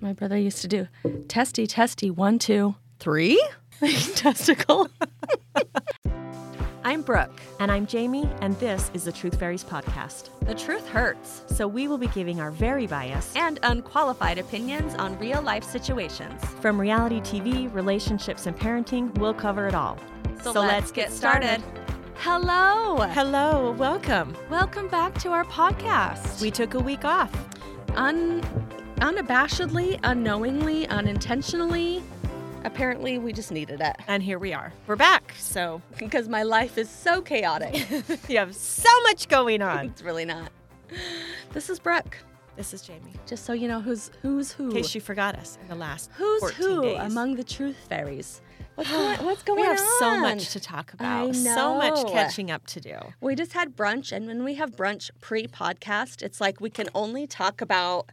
my brother used to do testy, testy, one, two, Three? testicle. I'm Brooke. And I'm Jamie, and this is the Truth Fairies Podcast. The truth hurts, So we will be giving our very biased, and unqualified opinions on real life situations. from reality TV, relationships, and parenting, we'll cover it all. So, let's, get started. Hello. Hello, welcome. Welcome back to our podcast. We took a week off. Un- unabashedly, unknowingly, unintentionally. Apparently, we just needed it And here we are. We're back. So because my life is so chaotic. you have so much going on. it's really not. This is Brooke. This is Jamie. Just so you know who's who's who. In case you forgot us in the last who's 14 who days. among the truth fairies? What's going, what's going we on? have so much to talk about. I So much know. catching up to do. We just had brunch, and when we have brunch pre podcast, it's like we can only talk about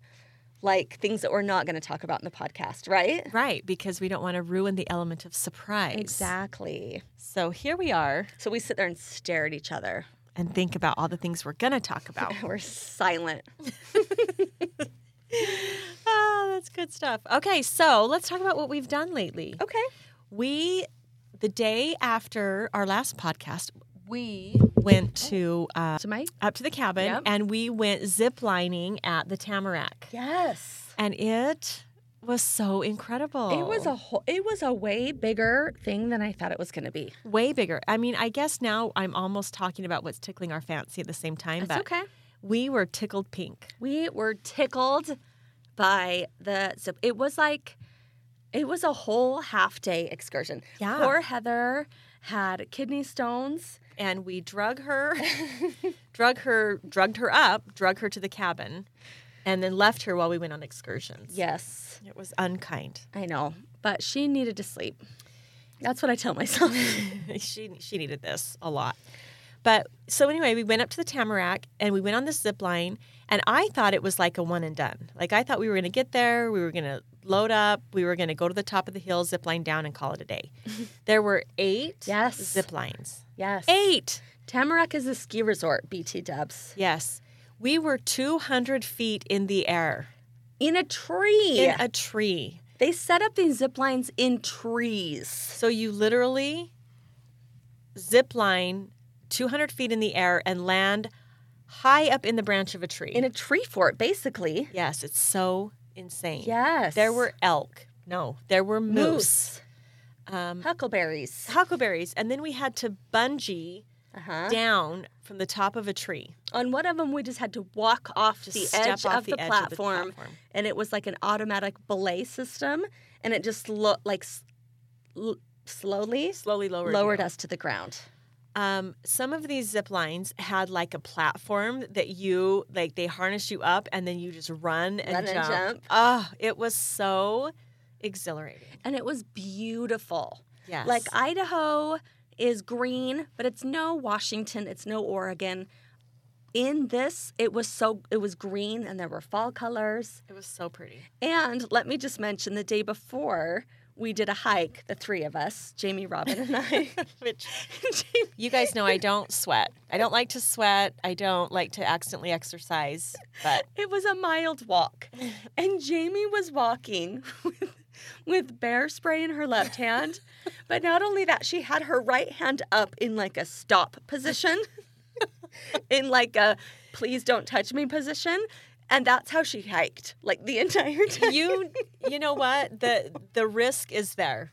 like things that we're not going to talk about in the podcast, right? Right, because we don't want to ruin the element of surprise. Exactly. So here we are So we sit there and stare at each other. and think about all the things we're going to talk about. We're silent. Oh, that's good stuff. Okay, so let's talk about what we've done lately. Okay. We, the day after our last podcast, we went to uh, To my up to the cabin Oh. Yep. and we went zip lining at the Tamarack, yes. and it was so incredible. It was a whole, it was a way bigger thing than I thought it was going to be. way bigger. I mean, I guess now I'm almost talking about what's tickling our fancy at the same time, That's but okay. we were tickled pink. We were tickled by the zip. It was like it was a whole half day excursion. Yeah. Poor Heather had kidney stones. and we drug her, drug her, drugged her up, drug her to the cabin, and then left her while we went on excursions. Yes, It was unkind. I know, but she needed to sleep. That's what I tell myself. she she needed this a lot. But so anyway, we went up to the Tamarack and we went on the zip line, and I thought it was like a one and done. Like I thought we were going to get there, we were going to load up, we were going to go to the top of the hill, zip line down, and call it a day. there were eight Yes. zip lines. yes. Eight. Tamarack is a ski resort, BT dubs. Yes. We were 200 feet in the air. In a tree. in a tree. they set up these zip lines in trees. So you literally zip line 200 feet in the air and land high up in the branch of a tree. In a tree fort, basically. yes, it's so insane. Yes. There were elk. No, there were moose, Um, Huckleberries. huckleberries, and then we had to bungee Uh-huh. down from the top of a tree. On one of them, we just had to walk off Just the step edge, off of, the the edge of the platform, platform. and it was like an automatic belay system, and it just looked like s- l- slowly Slowly lowered. lowered you. us to the ground. Um, some of these zip lines had like a platform that you like they harness you up and then you just run and Run and jump. jump. Oh, it was so exhilarating. And it was beautiful. Yes. Like Idaho is green, but it's no Washington, it's no Oregon. In this, it was so it was green and there were fall colors. it was so pretty. And let me just mention the day before we did a hike, the three of us, Jamie, Robin, and I. Which Jamie- you guys know I don't sweat. I don't like to sweat. I don't like to accidentally exercise, but It was a mild walk. And Jamie was walking with, with bear spray in her left hand. But not only that, she had her right hand up in like a stop position, in like a please don't touch me position. And that's how she hiked like the entire time. you you know what? The the risk is there.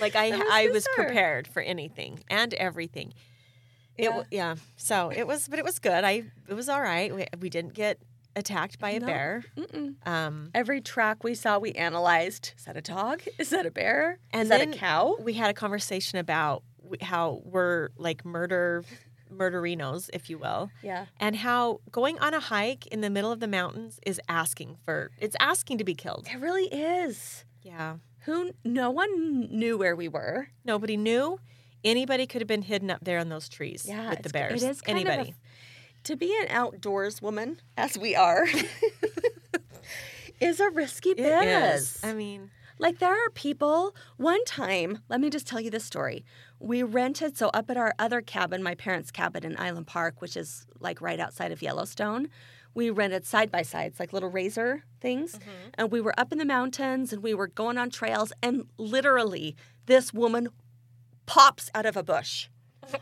Like I risk I is was there. prepared for anything and everything. It yeah. yeah. So it was but it was good. I it was all right. We, we didn't get attacked by a bear. Um Every track we saw, we analyzed is that a dog? Is that a bear? and is then that a cow? We had a conversation about w- how we're like murder murderinos, if you will. Yeah. And how going on a hike in the middle of the mountains is asking for it's asking to be killed. It really is. Yeah. Who? No one knew where we were. Nobody knew. Anybody could have been hidden up there in those trees Yeah, with the it's- bears. it is kind of a- Anybody. to be an outdoors woman, as we are, is a risky It biz. is. I mean, Like there are people. One time, let me just tell you this story. We rented so up at our other cabin, my parents' cabin in Island Park, which is like right outside of Yellowstone. we rented side by sides, like little razor things. Mm-hmm. And we were up in the mountains and we were going on trails. And literally, this woman pops out of a bush.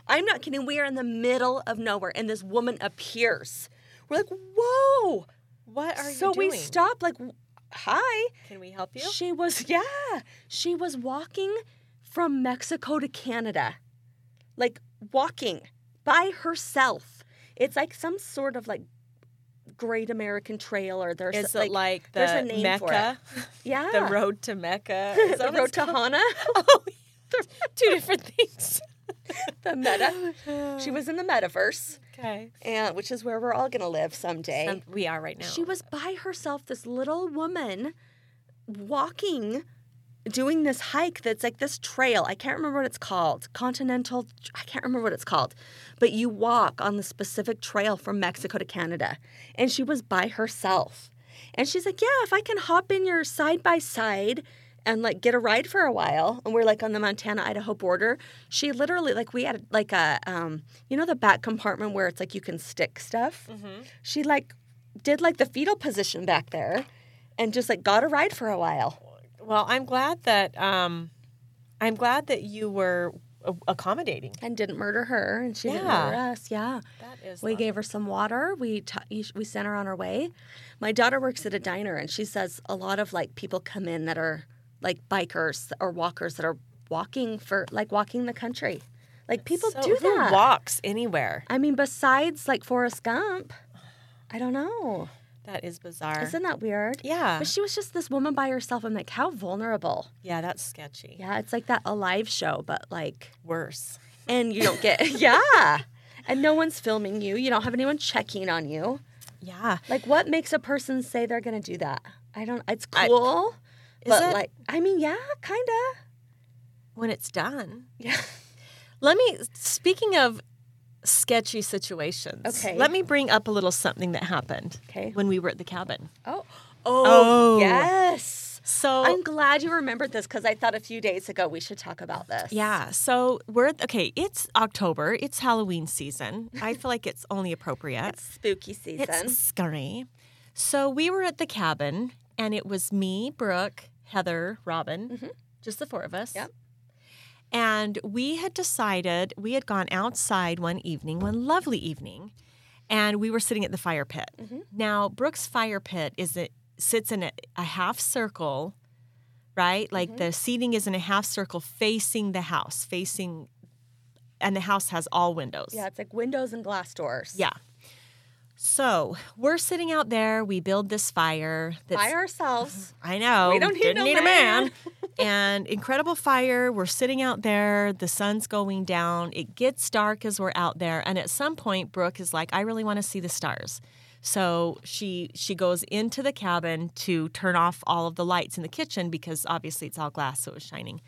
I'm not kidding. We are in the middle of nowhere and this woman appears. We're like, whoa. What are so you doing? we stop, like, w- hi. Can we help you? She was, yeah, she was walking from Mexico to Canada, like walking by herself. It's like some sort of like Great American Trail, or there's Is like, it uh, like there's the a name for it. Mecca, yeah, the road to Mecca? The Is that what road it's to called? Hana, Oh, two different things. the Oh, meta. She was in the metaverse, okay. and which is where we're all gonna live someday. Some- we are right now. She was by herself, this little woman walking, doing this hike that's like this trail. I can't remember what it's called. Continental, I can't remember what it's called. But you walk on the specific trail from Mexico to Canada. And she was by herself. And she's like, Yeah, if I can hop in your side by side and like get a ride for a while and we're like on the montana idaho border she literally like we had like a um you know the back compartment where it's like you can stick stuff she like did like the fetal position back there and just like got a ride for a while. Well, I'm glad that um, I'm glad that you were a- accommodating. And didn't murder her, and she didn't Yeah. murder us. Yeah, That is. we lovely. gave her some water. We t- we sent her on her way. My daughter works at a diner, and she says a lot of like people come in that are like bikers or walkers that are walking for like walking the country. Like people So do who that. walks anywhere? I mean, besides like Forrest Gump, I don't know. That is bizarre. Isn't that weird? yeah. But she was just this woman by herself. I'm like, how vulnerable. yeah, that's sketchy. Yeah, it's like that alive show, but like, Worse. and you don't get, yeah. And no one's filming you. You don't have anyone checking on you. Yeah. Like, what makes a person say they're going to do that? I don't, it's I- cool. Is but it like, I mean, yeah, kind of. when it's done? Yeah. Let me, speaking of sketchy situations, Okay. let me bring up a little something that happened Okay. when we were at the cabin. Oh. oh. Oh. Yes. So, I'm glad you remembered this because I thought a few days ago we should talk about this. yeah, so we're, okay, it's October, it's Halloween season. I feel like it's only appropriate. It's spooky season. It's scary. So we were at the cabin, and it was me, Brooke, Heather, Robin, just the four of us. Mm-hmm. Yep. And we had decided we had gone outside one evening, one lovely evening, and we were sitting at the fire pit. Mm-hmm. Now Brooke's fire pit is it sits in a, a half circle, right? Like Mm-hmm. the seating is in a half circle facing the house, facing, and the house has all windows. yeah, it's like windows and glass doors. Yeah. So we're sitting out there. We build this fire. That's, By ourselves. I know. We don't need didn't no need a man. man. and incredible fire. We're sitting out there. The sun's going down. It gets dark as we're out there. And at some point, Brooke is like, "I really want to see the stars." So she she goes into the cabin to turn off all of the lights in the kitchen because obviously it's all glass, so it was shining.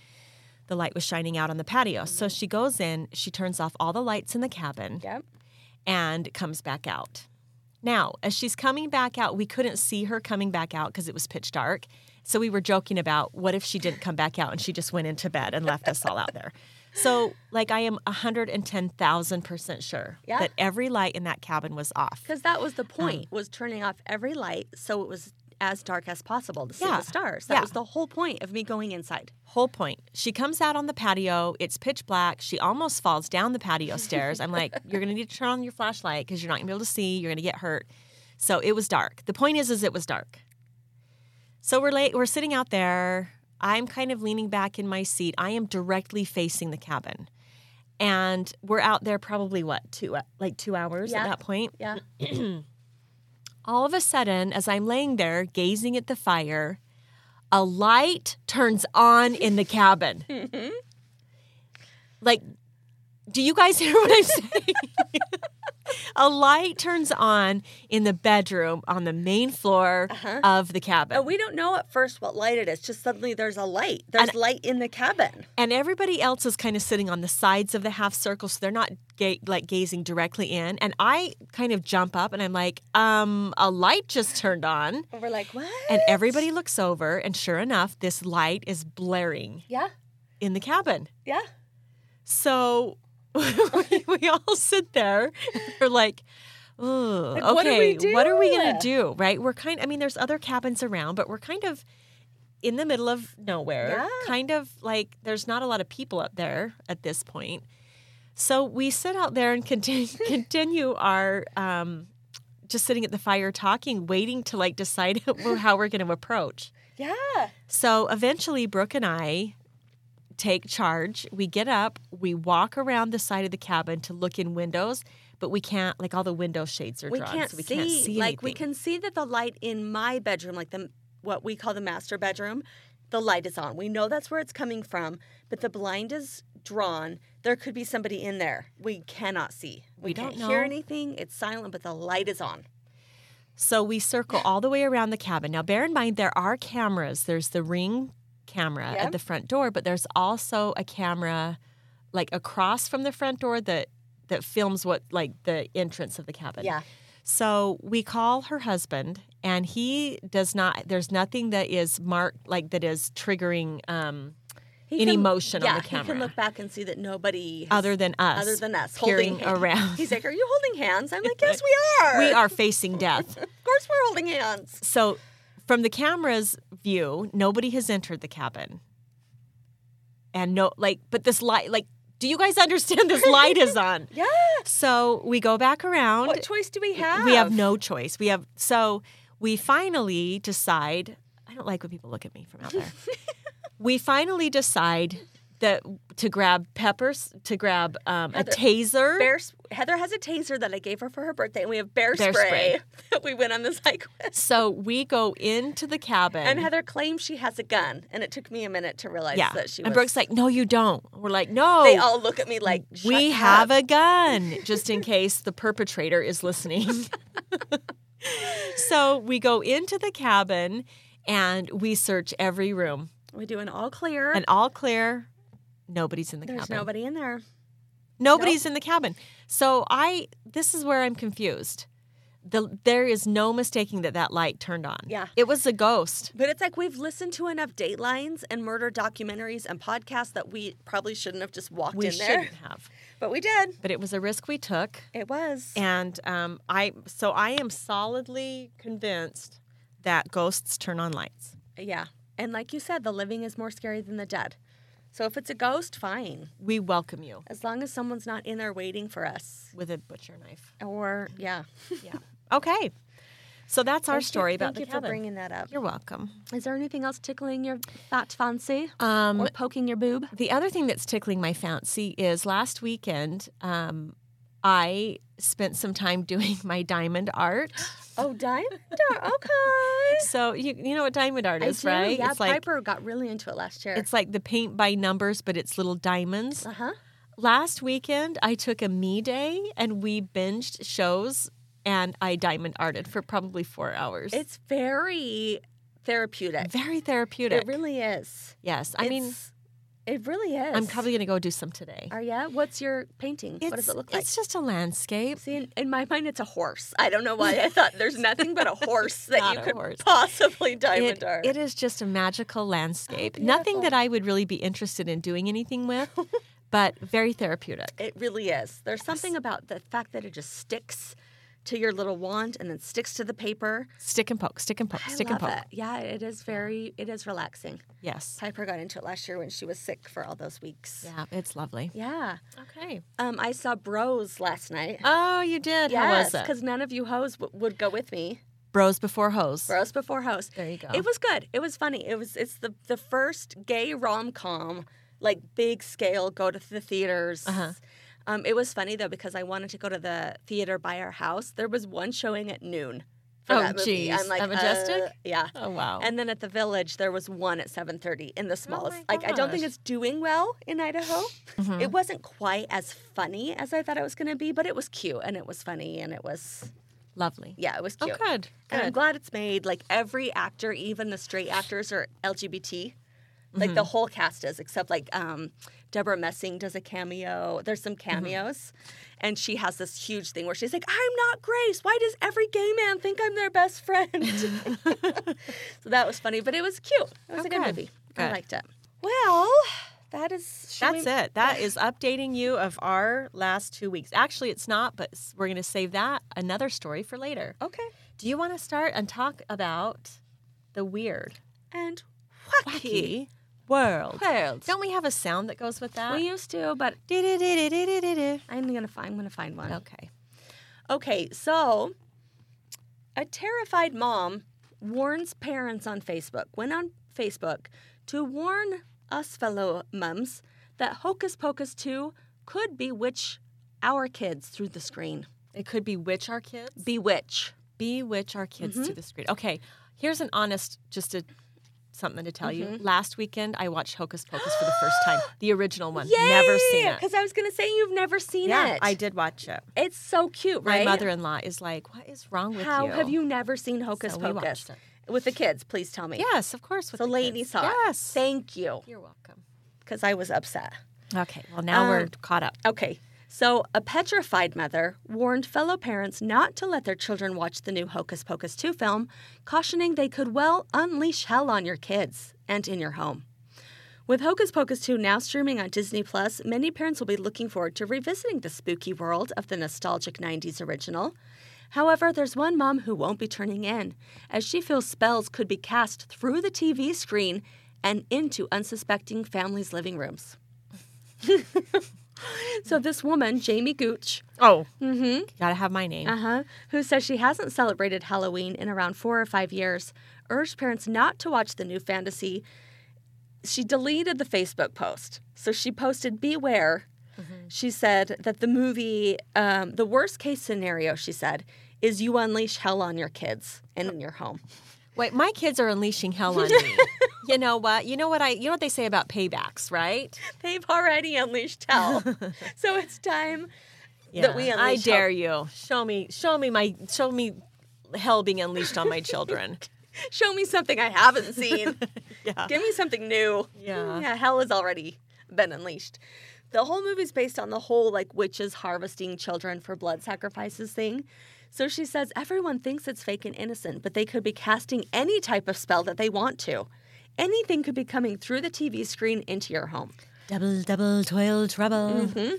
The light was shining out on the patio. So Mm-hmm. she goes in. She turns off all the lights in the cabin Yep. and comes back out. Now, as she's coming back out, we couldn't see her coming back out because it was pitch dark. So we were joking about what if she didn't come back out and she just went into bed and left us all out there. So, like, I am 110,000% sure Yeah. that every light in that cabin was off. Because that was the point was turning off every light so it was as dark as possible to see Yeah, the stars. That yeah. was the whole point of me going inside. Whole point. She comes out on the patio. It's pitch black. She almost falls down the patio stairs. I'm like, you're gonna need to turn on your flashlight because you're not gonna be able to see. You're gonna get hurt. So it was dark. The point is, is it was dark. So we're late. We're sitting out there. I'm kind of leaning back in my seat. I am directly facing the cabin, and we're out there probably what two uh, like two hours Yeah. at that point Yeah. all of a sudden, as I'm laying there gazing at the fire, a light turns on in the cabin. Like, do you guys hear what I'm saying? a light turns on in the bedroom on the main floor of the cabin. And we don't know at first what light it is. Just suddenly there's a light. There's light in the cabin. and everybody else is kind of sitting on the sides of the half circle so they're not ga- like gazing directly in and i kind of jump up and i'm like um a light just turned on And we're like, what? And everybody looks over, and sure enough, this light is blaring yeah. in the cabin. Yeah. So we, we all sit there. We're like, Ugh, Like, okay, what do we what are we do? gonna do? Right? We're kind. I mean, there's other cabins around, but we're kind of in the middle of nowhere. Yeah. Kind of like there's not a lot of people up there at this point. So we sit out there and continue continue our um, just sitting at the fire talking, waiting to like decide how we're going to approach. Yeah. So eventually, Brooke and I take charge. We get up, we walk around the side of the cabin to look in windows, but we can't, like, all the window shades are we drawn. can't so we see. can't see. like we anything. can see that the light in my bedroom, like the what we call the master bedroom, the light is on. We know that's where it's coming from, but the blind is drawn. There could be somebody in there. We cannot see. We, We can't don't hear know. anything. It's silent, but the light is on. So we circle all the way around the cabin. Now, bear in mind, there are cameras. There's the ring camera Yeah. at the front door, but there's also a camera, like, across from the front door that that films what like the entrance of the cabin. Yeah. So we call her husband, and he does not. There's nothing that is marked like that is triggering um, He An can- emotion on yeah, the He can camera. look back and see that nobody has- other than us. other than us peering holding hands. around. He's like, "Are you holding hands?" I'm like, "Yes, we are. we are facing death. Of course, we're holding hands." So, from the camera's view, nobody has entered the cabin, and no, like, but this light, like, do you guys understand? This light is on. Yeah. So we go back around. What choice do we have? We have no choice. We have so we finally decide. I don't like when people look at me from out there. we finally decide that to grab peppers, to grab um, a Heather, taser. bear. s- Heather has a taser that I gave her for her birthday, and we have bear, Bear spray that we went on this hike with. so we go into the cabin. And Heather claims she has a gun, and it took me a minute to realize yeah, that she. and was, Brooke's like, "No, you don't." We're like, "No." they all look at me like Shut we up." have a gun just in case the perpetrator is listening. so we go into the cabin and we search every room. We do an all clear. And all clear, nobody's in the There's cabin. nobody in there. Nobody's in the cabin. So I this is where I'm confused. The, there is no mistaking that that light turned on. Yeah. It was a ghost. But it's like we've listened to enough Datelines and murder documentaries and podcasts that we probably shouldn't have just walked We in there. shouldn't have. But we did. But it was a risk we took. It was. And um, I so I am solidly convinced that ghosts turn on lights. yeah. And like you said, the living is more scary than the dead. So if it's a ghost, fine. We welcome you As long as someone's not in there waiting for us. with a butcher knife. Or, yeah. Yeah. okay. So that's our Thank you- story about thank the you cabin. for bringing that up. You're welcome. Is there anything else tickling your fat fancy Um, or poking your boob? The other thing that's tickling my fancy is last weekend, um, I spent some time doing my diamond art. Oh, dime? okay. So you you know what diamond art I is, do. right? Yeah, it's like Piper got really into it last year. it's like the paint by numbers, but it's little diamonds. uh huh. Last weekend, I took a me day and we binged shows, and I diamond arted for probably four hours. It's very therapeutic. very therapeutic. It really is. yes, I mean, It's- it really is. I'm probably gonna go do some today. Are ya? What's your painting? what does It's- it look like? It's just a landscape. See, in, in my mind, it's a horse. I don't know why I thought there's nothing but a horse that Not you a could horse. possibly diamond it, art. Oh, it is just a magical landscape. Nothing that I would really be interested in doing anything with, but very therapeutic. It really is. There's something about the fact that it just sticks to your little wand and then sticks to the paper. Stick and poke, stick and poke, I stick love and poke. it. Yeah, it is very. It is relaxing. Yes. Piper got into it last year when she was sick for all those weeks. Yeah, it's lovely. Yeah. Okay. Um, I saw Bros last night. Oh, you did. yes, How was it? because none of you hoes w- would go with me. Bros before hoes. Bros before hoes. There you go. It was good. It was funny. It was. It's the the first gay rom com, like big scale. Go to the theaters. Uh-huh. Um, it was funny though because I wanted to go to the theater by our house. There was one showing at noon. For Oh, that movie. geez. I'm like At Majestic? uh, yeah. oh wow. Oh And then at the Village, there was one at 7:30 in the smallest. like I don't think gosh. it's Mm-hmm. doing well in Idaho. It wasn't quite as funny as I thought it was going to be, but it was cute and it was funny and it was lovely. yeah, it was Oh, cute. good. And I'm Good. glad it's made. Like every actor, even the straight actors, are LGBT. Like the whole cast is, except like um, Deborah Messing does a cameo. There's some cameos, and she has this huge thing where she's like, "I'm not Grace. Why does every gay man think I'm their best friend?" so that was funny, but it was cute. It was a good Okay. movie. I Good. liked it. Well, That is. should That's we- it. That is updating you of our last two weeks. Actually, it's not, but s- we're going to save that another story for later. Okay. Do you want to start and talk about the weird, And wacky. wacky world? world. Don't we have a sound that goes with that? We used to, but Du-du-du-du-du-du-du. I'm gonna find. I'm gonna find one. Okay. Okay, so a terrified mom warns parents on Facebook, went on Facebook to warn us fellow mums that Hocus Pocus 2 could bewitch our kids through the screen. It could bewitch our kids. Mm-hmm. Bewitch. bewitch our kids to the screen. Okay, here's an honest, just a something to tell you. Last weekend, I watched Hocus Pocus for the first time, the original one. Never seen it. Because I was going to say you've never seen Yeah, it. I did watch it. It's so cute, My right? mother-in-law is like, "What is wrong with How you?" have you never seen Hocus So we Pocus? watched With the kids, please tell me. Yes, of course. With So the Lainey kids. saw it. Yes. Thank you. You're welcome. Because I was upset. Okay. Well, now Um, we're caught up. Okay. So, a petrified mother warned fellow parents not to let their children watch the new Hocus Pocus 2 film, cautioning they could well unleash hell on your kids and in your home. With Hocus Pocus 2 now streaming on Disney Plus, many parents will be looking forward to revisiting the spooky world of the nostalgic 90s original. However, there's one mom who won't be turning in, as she feels spells could be cast through the TV screen and into unsuspecting families' living rooms. So, this woman, Jamie Gooch, Oh. Mm-hmm. Gotta have my name. uh-huh, who says she hasn't celebrated Halloween in around four or five years, urged parents not to watch the new fantasy. She deleted the Facebook post. So she posted, Beware. She said that the movie, um, the worst case scenario, she said, is you unleash hell on your kids and in your home. Wait, my kids are unleashing hell on me. you know what? You know what I? You know what they say about paybacks, right? They've already unleashed hell. so it's time. that we I unleash dare you. Show me, show me my, show me hell being unleashed on my children. Show me something I haven't seen. yeah. Give me something new. Yeah. Yeah, hell has already been unleashed. The whole movie's based on the whole like witches harvesting children for blood sacrifices thing. So she says everyone thinks it's fake and innocent, but they could be casting any type of spell that they want to. Anything could be coming through the TV screen into your home. Double, double, toil, trouble. Mm-hmm.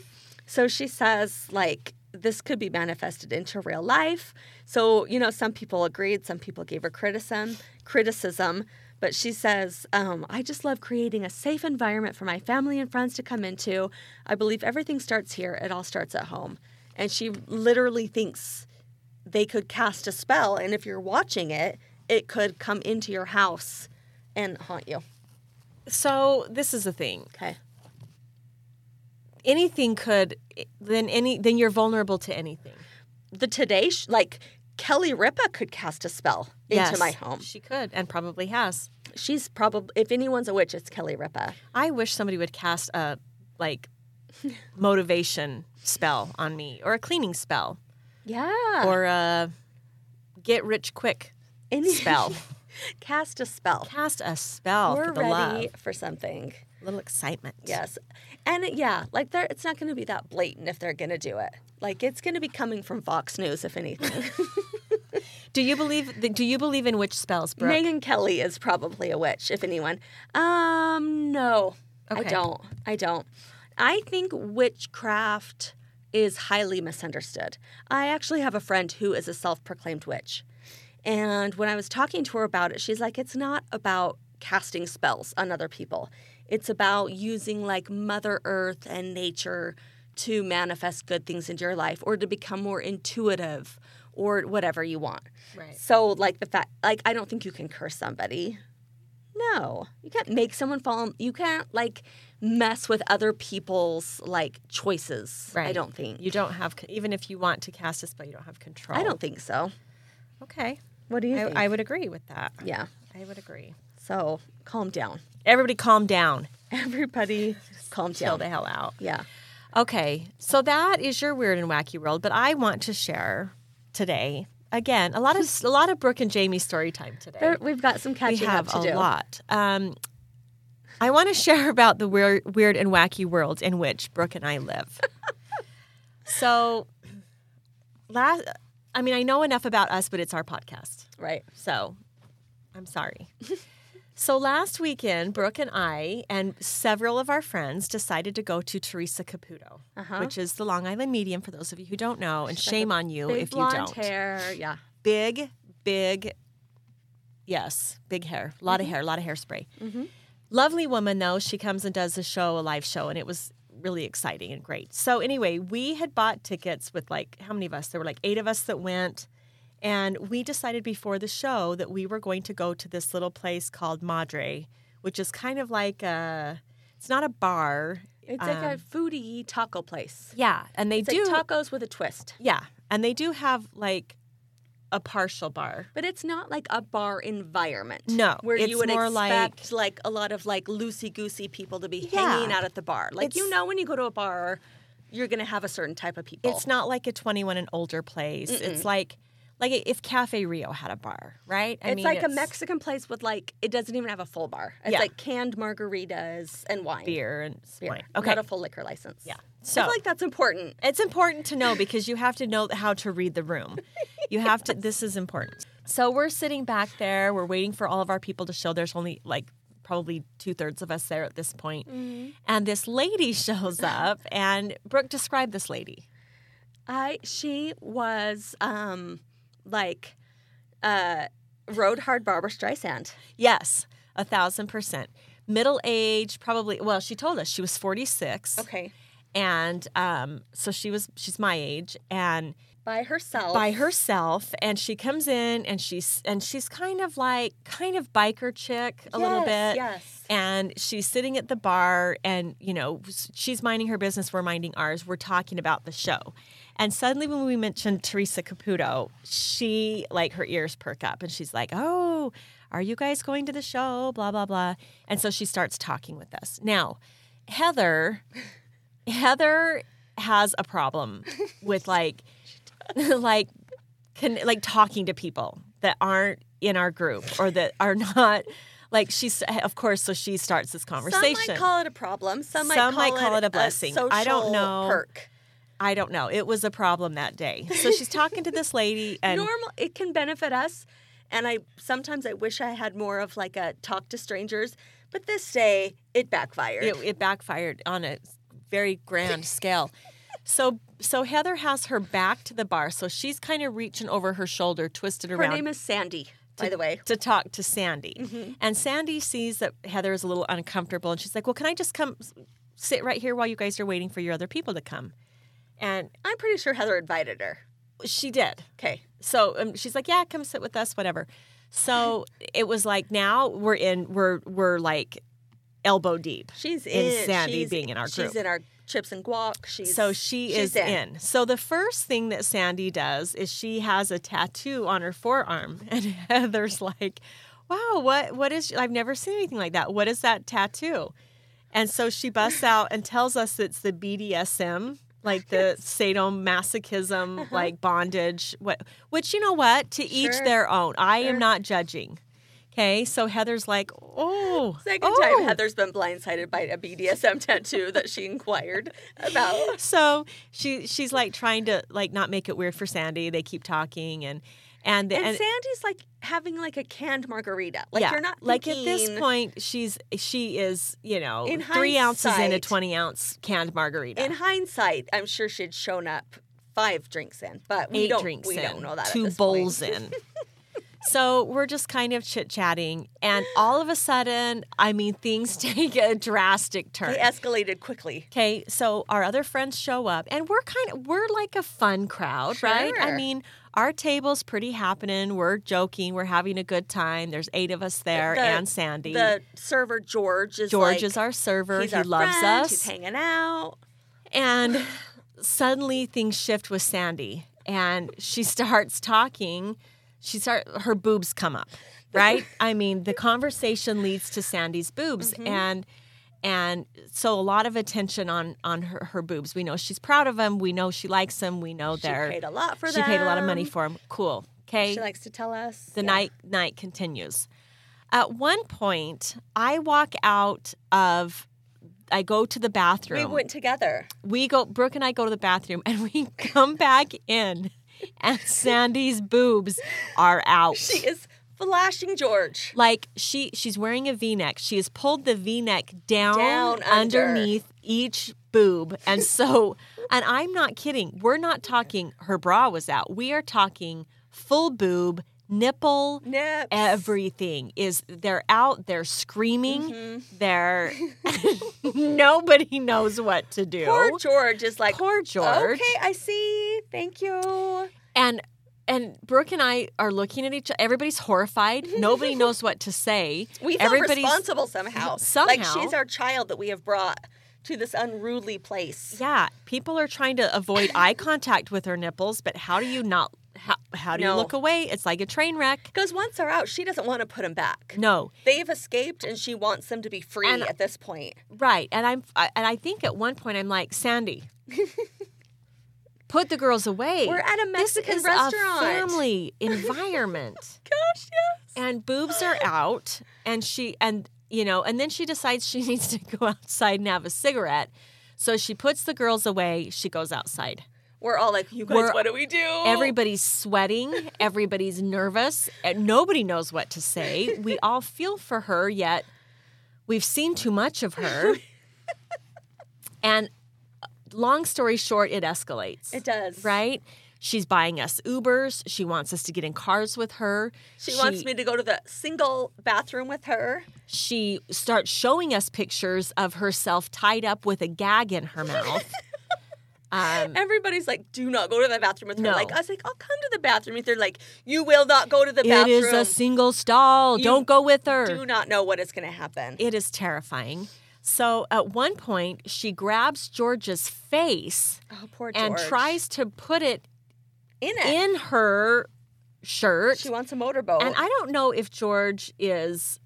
So she says, like, this could be manifested into real life. So, you know, some people agreed, some people gave her criticism, criticism. But she says, um, I just love creating a safe environment for my family and friends to come into. I believe everything starts here, it all starts at home. And she literally thinks they could cast a spell, and if you're watching it, it could come into your house and haunt you. So this is the thing. Okay. Anything could, then any, then you're vulnerable to anything. The Today, sh- like, Kelly Ripa could cast a spell Yes. into my home. She could, and probably has. She's probably, if anyone's a witch, it's Kelly Ripa. I wish somebody would cast a like motivation spell on me, or a cleaning spell, Yeah. Or or a get rich quick any spell. Cast a spell. cast a spell We're for the ready love, for something. little excitement. Yes. And it- yeah, like they're, it's not going to be that blatant if they're going to do it. Like it's going to be coming from Fox News, if anything. Do you believe? Do you believe in witch spells, Brooke? Megan Kelly is probably a witch, if anyone. Um, no, I Okay. don't. I don't. I think witchcraft is highly misunderstood. I actually have a friend who is a self-proclaimed witch, and when I was talking to her about it, she's like, "It's not about casting spells on other people. It's about using like Mother Earth and nature." To manifest good things into your life or to become more intuitive or whatever you want. Right. So like the fact like I don't think you can curse somebody. No. You can't make someone fall you can't like mess with other people's like choices. I Right. don't think. You don't have, even if you want to cast a spell, you don't have control. I don't think so. Okay. What do you think? I, I would agree with that. yeah. I would agree. So calm down. Everybody calm down. Everybody calm Chill down. the hell out. Yeah. Okay. So that is your weird and wacky world, but I want to share today. Again, a lot of a lot of Brooke and Jamie story time today. There, we've got some we catching have up to a do. lot. Um, I want to share about the weird, weird and wacky world in which Brooke and I live. so, last, I mean, I know enough about us, but it's our podcast, Right. so I'm sorry. So last weekend, Brooke and I and several of our friends decided to go to Teresa Caputo, Uh-huh. which is the Long Island Medium for those of you who don't know, and She's like shame on you Big if you blonde don't. hair. Yeah. Big, big, yes, big hair, a lot of hair, a lot of hairspray. Mhm. Lovely woman though, she comes and does a show, a live show, and it was really exciting and great. So anyway, we had bought tickets with like how many of us? There were like eight of us that went. And we decided before the show that we were going to go to this little place called Madre, which is kind of like a, it's not a bar. It's like a Um, foodie taco place. Yeah. And they It's do. like tacos with a twist. yeah. And they do have like a partial bar. But it's not like a bar environment. No, where it's you would more expect like, a lot of like loosey goosey people to be hanging Yeah. out at the bar. Like you It's- know when you go to a bar, you're gonna have a certain type of people. It's not like a 21 and older place. It's like like if Cafe Rio had a bar, right? I it's like a it's Mexican place with like it doesn't even have a full bar. It's Yeah. like canned margaritas and wine. beer and Beer. wine. Okay. Not a full liquor license. Yeah. I So- feel like that's important. It's important to know because you have to know how to read the room. You have to this is important. So we're sitting back there, we're waiting for all of our people to show. There's only like probably two thirds of us there at this point. Mm-hmm. And this lady shows up and Brooke described this lady. I she was um like uh rode hard Barbara Streisand. Yes, a thousand percent. Middle aged, probably well, she told us she was forty six. Okay. and um, so she was she's my age and By herself. by herself and she comes in and she's and she's kind of like kind of biker chick a little Yes, bit Yes. and she's sitting at the bar and you know she's minding her business we're minding ours we're talking about the show and suddenly when we mentioned teresa caputo she like her ears perk up and she's like oh are you guys going to the show blah blah blah and so she starts talking with us now heather heather has a problem with like like con- like talking to people that aren't in our group or that are not like she's of course so she starts this conversation Some might call it a problem. Some might Some call, might call it a blessing. I don't social know. Perk. i don't know it was a problem that day so she's talking to this lady and Normal. It can benefit us, and I sometimes I wish I had more of like a talk to strangers. But this day it backfired. it, it backfired on a very grand scale so so heather has her back to the bar so she's kind of reaching over her shoulder twisted Her around name is Sandy, by to- the way. to talk to Sandy. And Sandy sees that Heather is a little uncomfortable and she's like, Well, can I just come s- sit right here while you guys are waiting for your other people to come? And I'm pretty sure Heather invited her. she did. Okay. So um, she's like, Yeah, come sit with us, whatever. So it was like now we're in, we're, we're like elbow deep. She's In in. Sandy she's- being in our She's group. in our chips and guac. She's so she she's is in. So the first thing that Sandy does is she has a tattoo on her forearm, and Heather's like, "Wow, what what is? I've never seen anything like that. What is that tattoo?" And so she busts out and tells us it's the BDSM, like the sadomasochism, like bondage. What? Which you know what? To each Uh-huh. Sure. their own. I Sure. am not judging. Okay, so Heather's like, "Oh, Second oh. time Heather's been blindsided by a BDSM tattoo that she inquired about. so she she's like trying to like not make it weird for Sandy. They keep talking and and the, And, and, Sandy's like having like a canned margarita. Like yeah, you're not like at this thinking- point she's she is you know In three ounces in a hindsight- twenty ounce canned margarita. In hindsight, I'm sure she'd shown up five drinks in, but we eight don't drinks we in, don't know that. at two this bowls point. in. So we're just kind of chit chatting, and all of a sudden, I mean, things take a drastic turn. They escalated quickly. Okay, so our other friends show up, and we're kind of we're like a fun crowd, right? I Sure. mean, our table's pretty happening. We're joking, we're having a good time. There's eight of us there, The- and Sandy. The server George is George like, is our server. he's he our loves friend, us. He's hanging out. And suddenly things shift with Sandy, and she starts talking. She start her boobs come up, right? I mean, the conversation leads to Sandy's boobs, Mm-hmm. and and so a lot of attention on on her, her boobs. We know she's proud of them. We know she likes them. We know She they're paid a lot for she them. paid a lot of money for them. Cool. Okay. She likes to tell us The Yeah. night night continues. At one point, I walk out of. I go to the bathroom We went together. we go brooke and i go to the bathroom and we come back in and sandy's boobs are out She is Flashing George. Like she she's wearing a V-neck. She has pulled the V-neck down, Down under. underneath each boob. And so and I'm not kidding. We're not talking her bra was out. We are talking full boob, nipple, Nips. everything is they're out, they're screaming, Mm-hmm. they're nobody knows what to do. Poor George is like, Poor George. okay, I see. Thank you. and and Brooke and I are looking at each other. Everybody's horrified. Nobody knows what to say. We feel Everybody's- responsible somehow. Like Somehow. she's our child that we have brought to this unruly place. Yeah, people are trying to avoid eye contact with her nipples, but how do you not? How, how do you No. look away? It's like a train wreck. Because once they're out, she doesn't want to put them back. No, They've escaped and she wants them to be free And- at this point. right. And I'm I, and I think at one point I'm like Sandy, put the girls away. We're at a Mexican this is restaurant. a family environment, Gosh, yes. and boobs are out, and she and you know, and then she decides she needs to go outside and have a cigarette. So she puts the girls away. She goes outside. We're all like, you guys, We're- what do we do? Everybody's sweating. Everybody's nervous. And nobody knows what to say. We all feel for her, yet we've seen too much of her. and uh, long story short, it escalates. It does. Right? She's buying us Ubers. She wants us to get in cars with her. She, wants me to go to the single bathroom with her. She starts showing us pictures of herself tied up with a gag in her mouth. um, Everybody's like, do not go to the bathroom with No. her. Like, I was like, I'll come to the bathroom. And they're like, you will not go to the it bathroom. is a single stall. You Don't go with her. do not know what is going to happen. It is terrifying. So at one point, she grabs George's face oh, poor and George. tries to put it in it. in her shirt. She wants a motorboat. And I don't know if George is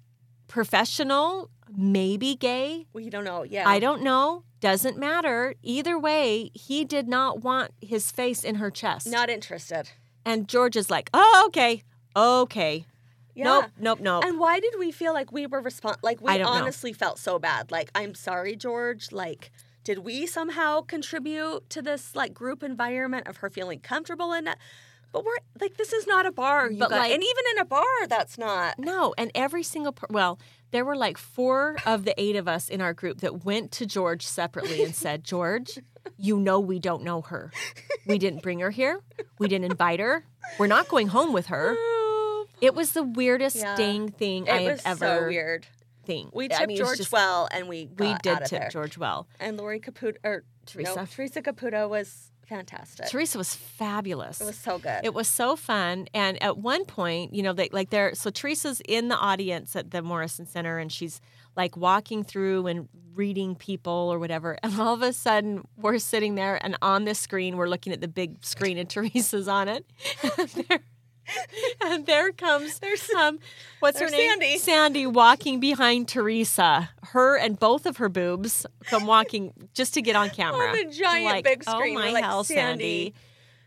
professional, maybe gay. we don't know. Yeah. I don't know. Doesn't matter. Either way, he did not want his face in her chest. Not interested. and George is like, oh, okay, okay. Yeah. Nope, nope, nope. And why did we feel like we were respond like I we don't know. honestly felt so bad? Like, I'm sorry, George. Like, did we somehow contribute to this like group environment of her feeling comfortable in it? But we're like, this is not a bar, you But, guys. like- and even in a bar, that's not. No, and every single per- well, there were like four of the eight of us in our group that went to George separately and said, "George, you know we don't know her. We didn't bring her here. We didn't invite her. We're not going home with her." It was the weirdest Yeah. dang thing It I was have ever so weird. think. We I tipped mean, it's George just- well, and we We got did out of tip there. George well. And Lori Caputo or Teresa. no, Teresa Caputo was fantastic. Teresa was fabulous. it was so good. It was so fun. And at one point, you know, they like they're so Teresa's in the audience at the Morrison Center and she's like walking through and reading people or whatever. And all of a sudden we're sitting there and on the screen we're looking at the big screen and Teresa's on it. And there, and there comes there's um what's her there's name? Sandy. Sandy walking behind Teresa. Her and both of her boobs come walking just to get on camera. the giant Like, big Oh screen. We're my like, hell, "Sandy." Sandy.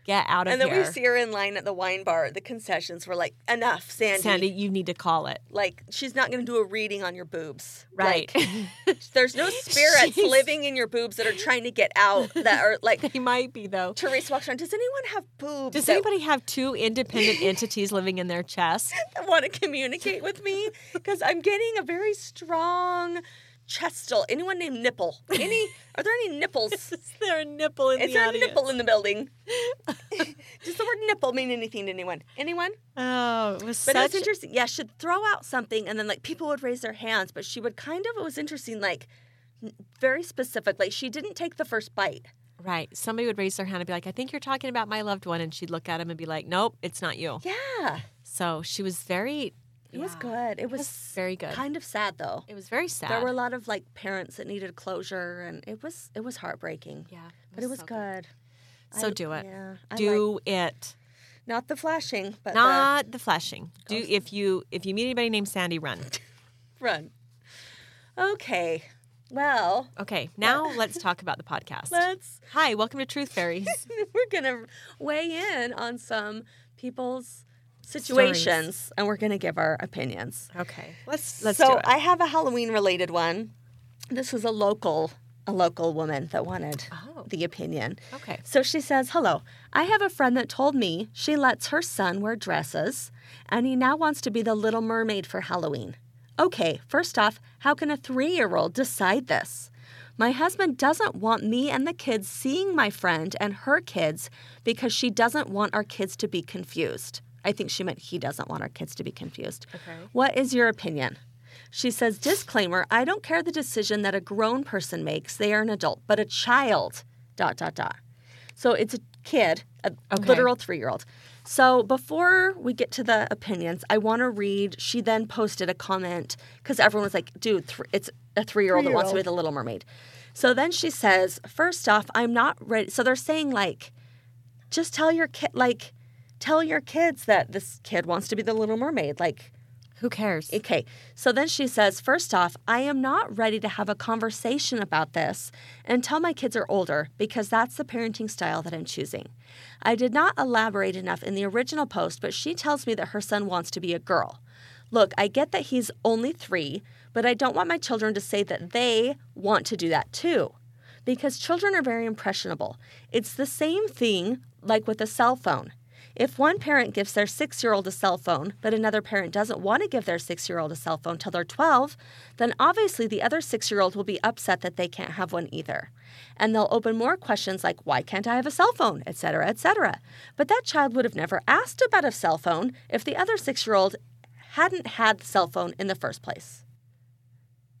Get out of and here. then we see her in line at the wine bar at the concessions. We're like, enough, Sandy. Sandy, you need to call it. Like, she's not going to do a reading on your boobs. Right. Like, there's no spirits She's- living in your boobs that are trying to get out that are like. they might be, though. Teresa walks around. Does anyone have boobs Does that, anybody have two independent entities living in their chest? want to communicate with me? Because I'm getting a very strong chestal. Anyone named Nipple? Any? Are there any nipples? Is there a nipple in Is the there a audience? nipple in the building? Does the word nipple mean anything to anyone? Anyone? Oh, it was But it was such. interesting. Yeah, she'd throw out something and then like people would raise their hands, but she would kind of, it was interesting, like n- very specific. Like she didn't take the first bite. right. Somebody would raise their hand and be like, I think you're talking about my loved one. And she'd look at him and be like, nope, it's not you. Yeah. So she was very. It was Yeah. good. It It was, was very good. kind of sad though. It was very sad. There were a lot of like parents that needed closure and it was it was heartbreaking. yeah. but it was so good. So I- do it. Yeah. I like- Do it. not the flashing, but Not the, flashing. Do Ghost. if you if you meet anybody named Sandy, run. the run. Okay. Well, Okay, now let's talk about the podcast. let's Hi, welcome to Truth Fairies. we're gonna weigh in on some people's situations and we're gonna give our opinions. Okay, let's let's so do it. I have a Halloween related one. This was a local a local woman that wanted Oh. the opinion. Okay. So she says, Hello, I have a friend that told me she lets her son wear dresses and he now wants to be the little mermaid for Halloween. Okay, first off, how can a three year old decide this? My husband doesn't want me and the kids seeing my friend and her kids because she doesn't want our kids to be confused. I think she meant he doesn't want our kids to be confused. Okay. What is your opinion? She says, disclaimer, I don't care the decision that a grown person makes. They are an adult, but a child, dot, dot, dot. So it's a kid, a Okay. literal three year old. So before we get to the opinions, I want to read. She then posted a comment because everyone was like, dude, th- it's a three year old that wants to be the Little Mermaid. So then she says, first off, I'm not ready. So they're saying, like, just tell your kid, like, tell your kids that this kid wants to be the Little Mermaid. Like, Who cares? Okay. So then she says, first off, I am not ready to have a conversation about this until my kids are older because that's the parenting style that I'm choosing. I did not elaborate enough in the original post, but she tells me that her son wants to be a girl. Look, I get that he's only three, but I don't want my children to say that they want to do that too because children are very impressionable. It's the same thing like with a cell phone. If one parent gives their six year old a cell phone, but another parent doesn't want to give their six year old a cell phone till they're 12, then obviously the other six year old will be upset that they can't have one either. And they'll open more questions like, why can't I have a cell phone, et cetera, et cetera. But that child would have never asked about a cell phone if the other six year old hadn't had the cell phone in the first place,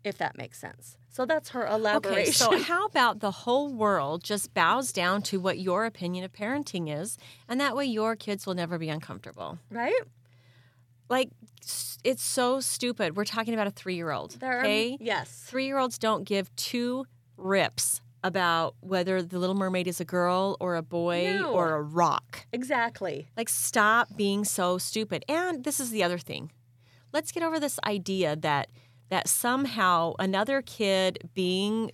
if that makes sense. So that's her elaboration. Okay, so how about the whole world just bows down to what your opinion of parenting is, and that way your kids will never be uncomfortable? right? Like, s- it's so stupid. We're talking about a three year old. There Okay? are yes. Three year olds don't give two rips about whether the Little Mermaid is a girl or a boy No. or a rock. Exactly. Like, stop being so stupid. And this is the other thing. Let's get over this idea that that somehow another kid being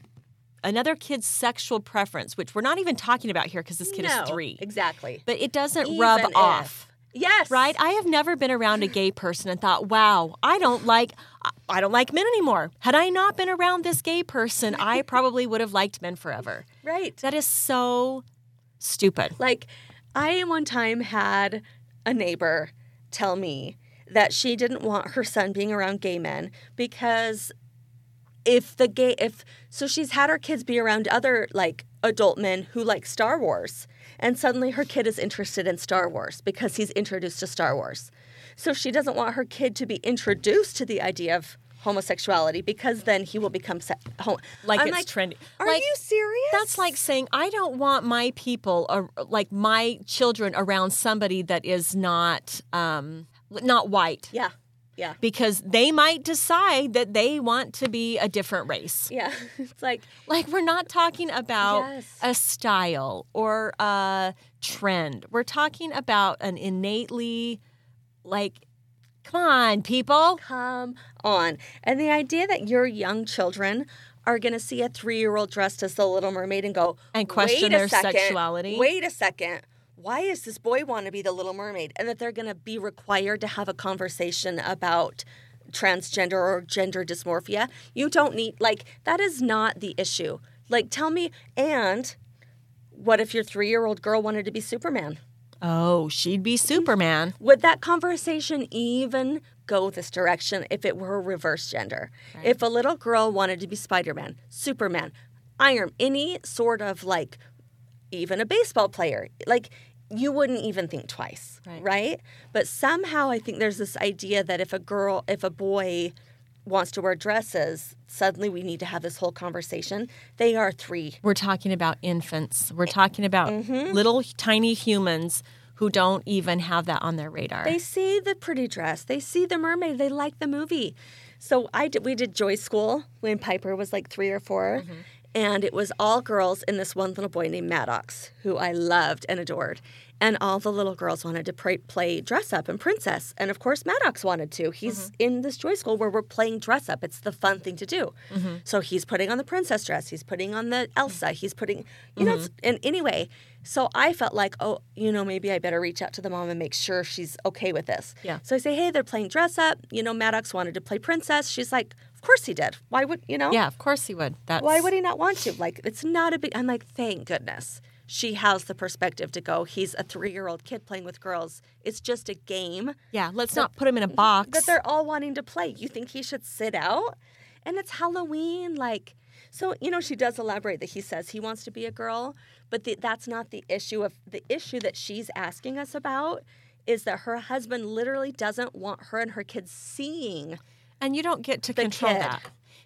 another kid's sexual preference, which we're not even talking about here because this kid No, is three, Exactly. but it doesn't rub Even if- off. Yes. Right? I have never been around a gay person and thought, "Wow, I don't like I- I don't like men anymore." Had I not been around this gay person, I probably would have liked men forever. Right. That is so stupid. Like I one time had a neighbor tell me that she didn't want her son being around gay men because if the gay if so she's had her kids be around other like adult men who like Star Wars and suddenly her kid is interested in Star Wars because he's introduced to Star Wars. So she doesn't want her kid to be introduced to the idea of homosexuality because then he will become se- hom- Like I'm it's trendy. Are like, you serious? That's like saying I don't want my people, or like my children, around somebody that is not um, not white, yeah, yeah, because they might decide that they want to be a different race. yeah. It's like Like we're not talking about Yes. a style or a trend. We're talking about an innately, like, come on, people. come on. And the idea that your young children are going to see a three-year-old dressed as the Little Mermaid and go And question "Wait a their second, sexuality." Wait a second. Why is this boy want to be the Little Mermaid? And that they're going to be required to have a conversation about transgender or gender dysmorphia. You don't need like that is not the issue. Like tell me and what if your 3-year-old girl wanted to be Superman? Oh, she'd be Superman. would that conversation even go this direction if it were a reverse gender? If a little girl wanted to be Spider Man, Superman, Iron, any sort of like, even a baseball player, like you wouldn't even think twice, Right. But somehow I think there's this idea that if a girl, if a boy wants to wear dresses, suddenly we need to have this whole conversation. They are three. We're talking about infants. Eh, We're talking about mm-hmm. little tiny humans who don't even have that on their radar. They see the pretty dress. They see the mermaid. They like the movie. So I did. We did Joy School when Piper was like three or 4 and it was all girls and this one little boy named Maddox who I loved and adored. And all the little girls wanted to play, play dress up and princess, and of course Maddox wanted to. He's in this Joy School where we're playing dress up. It's the fun thing to do. So he's putting on the princess dress. He's putting on the Elsa. He's putting, you know. It's, and anyway, so I felt like, oh, you know, maybe I better reach out to the mom and make sure she's okay with this. Yeah. So I say, hey, they're playing dress up. You know, Maddox wanted to play princess. She's like, of course he did. Why would you know? Yeah, of course he would. That's Why would he not want to? Like, it's not a big. I'm like, thank goodness she has the perspective to go. He's a three year old kid playing with girls. It's just a game Yeah, let's not put him in a box. that they're all wanting to play. You think he should sit out? And it's Halloween, like. So you know, she does elaborate that he says he wants to be a girl, but the, that's not the issue. Of the issue that she's asking us about is that her husband literally doesn't want her and her kids seeing and you don't get to control kid. that.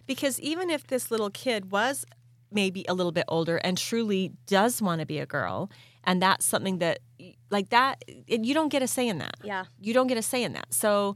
Because even if this little kid was maybe a little bit older and truly does want to be a girl, and that's something that, like that, it, you don't get a say in that. Yeah. You don't get a say in that. So,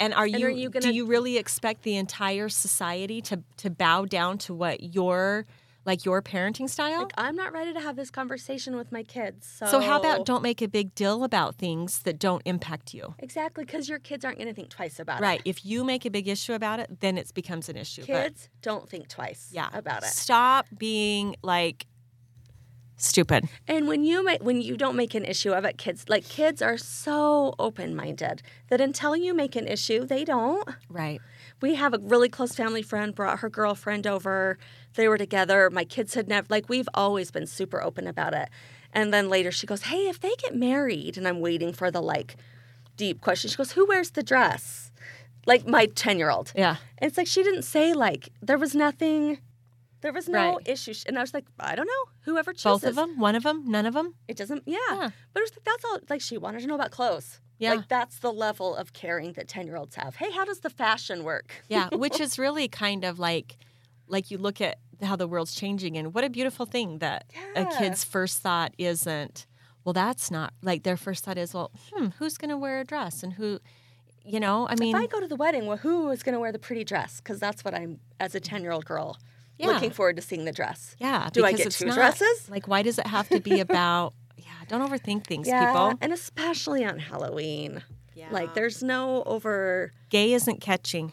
and are And you, are you do gonna- you really expect the entire society to, to bow down to what your, like your parenting style? Like, I'm not ready to have this conversation with my kids. So, so how oh. about don't make a big deal about things that don't impact you? Exactly, because your kids aren't going to think twice about Right. If you make a big issue about it, then it becomes an issue. it. But- Kids don't think twice yeah. about it. Stop being like stupid. And when you make when you don't make an issue of it, kids like kids are so open minded that until you make an issue, they don't. Right. We have a really close family friend brought her girlfriend over. They were together. My kids had never like we've always been super open about it. And then later she goes, "Hey, if they get married," and I'm waiting for the like deep question. She goes, "Who wears the dress?" Like my ten year old. Yeah. It's like she didn't say like there was nothing, there was no Right. issue, and I was like, I don't know, whoever chooses. Both of them, one of them, none of them. It doesn't, yeah. Yeah. But it was like that's all. Like she wanted to know about clothes. Yeah. Like that's the level of caring that ten year olds have. Hey, how does the fashion work? Yeah, which is really kind of like like you look at how the world's changing and what a beautiful thing that a Yeah. kid's first thought isn't well that's not like their first thought is well hmm who's going to wear a dress and who you know I mean If I go to the wedding, well, who is going to wear the pretty dress? Because that's what I'm as a ten year old girl Yeah. looking forward to seeing the dress. yeah Do I because get it's two not- dresses? like why does it have to be about yeah don't overthink things people and especially on Halloween. yeah. Like there's no over. gay isn't catching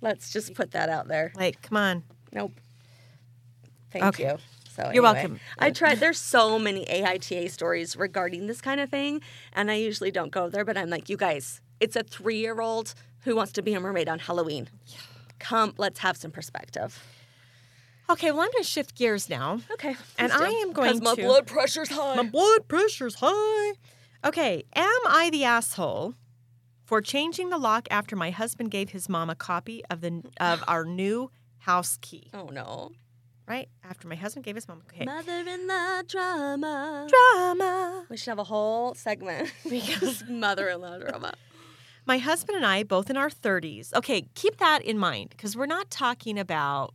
Let's just put that out there. like come on Nope. Thank Okay. you. So You're anyway, welcome. I tried. There's so many AITA stories regarding this kind of thing, and I usually don't go there. But I'm like, you guys, it's a three-year-old who wants to be a mermaid on Halloween. Come, let's have some perspective. okay well I'm going to shift gears now Okay. And please do, I 'cause am going my to- blood pressure's high. blood pressure's high. Okay, am I the asshole for changing the lock after my husband gave his mom a copy of the of our new house key? oh no. Right after my husband gave his mom. Okay. Mother in law drama. Drama. We should have a whole segment because mother-in-law drama. My husband and I, both in our 30s. Okay, keep that in mind because we're not talking about,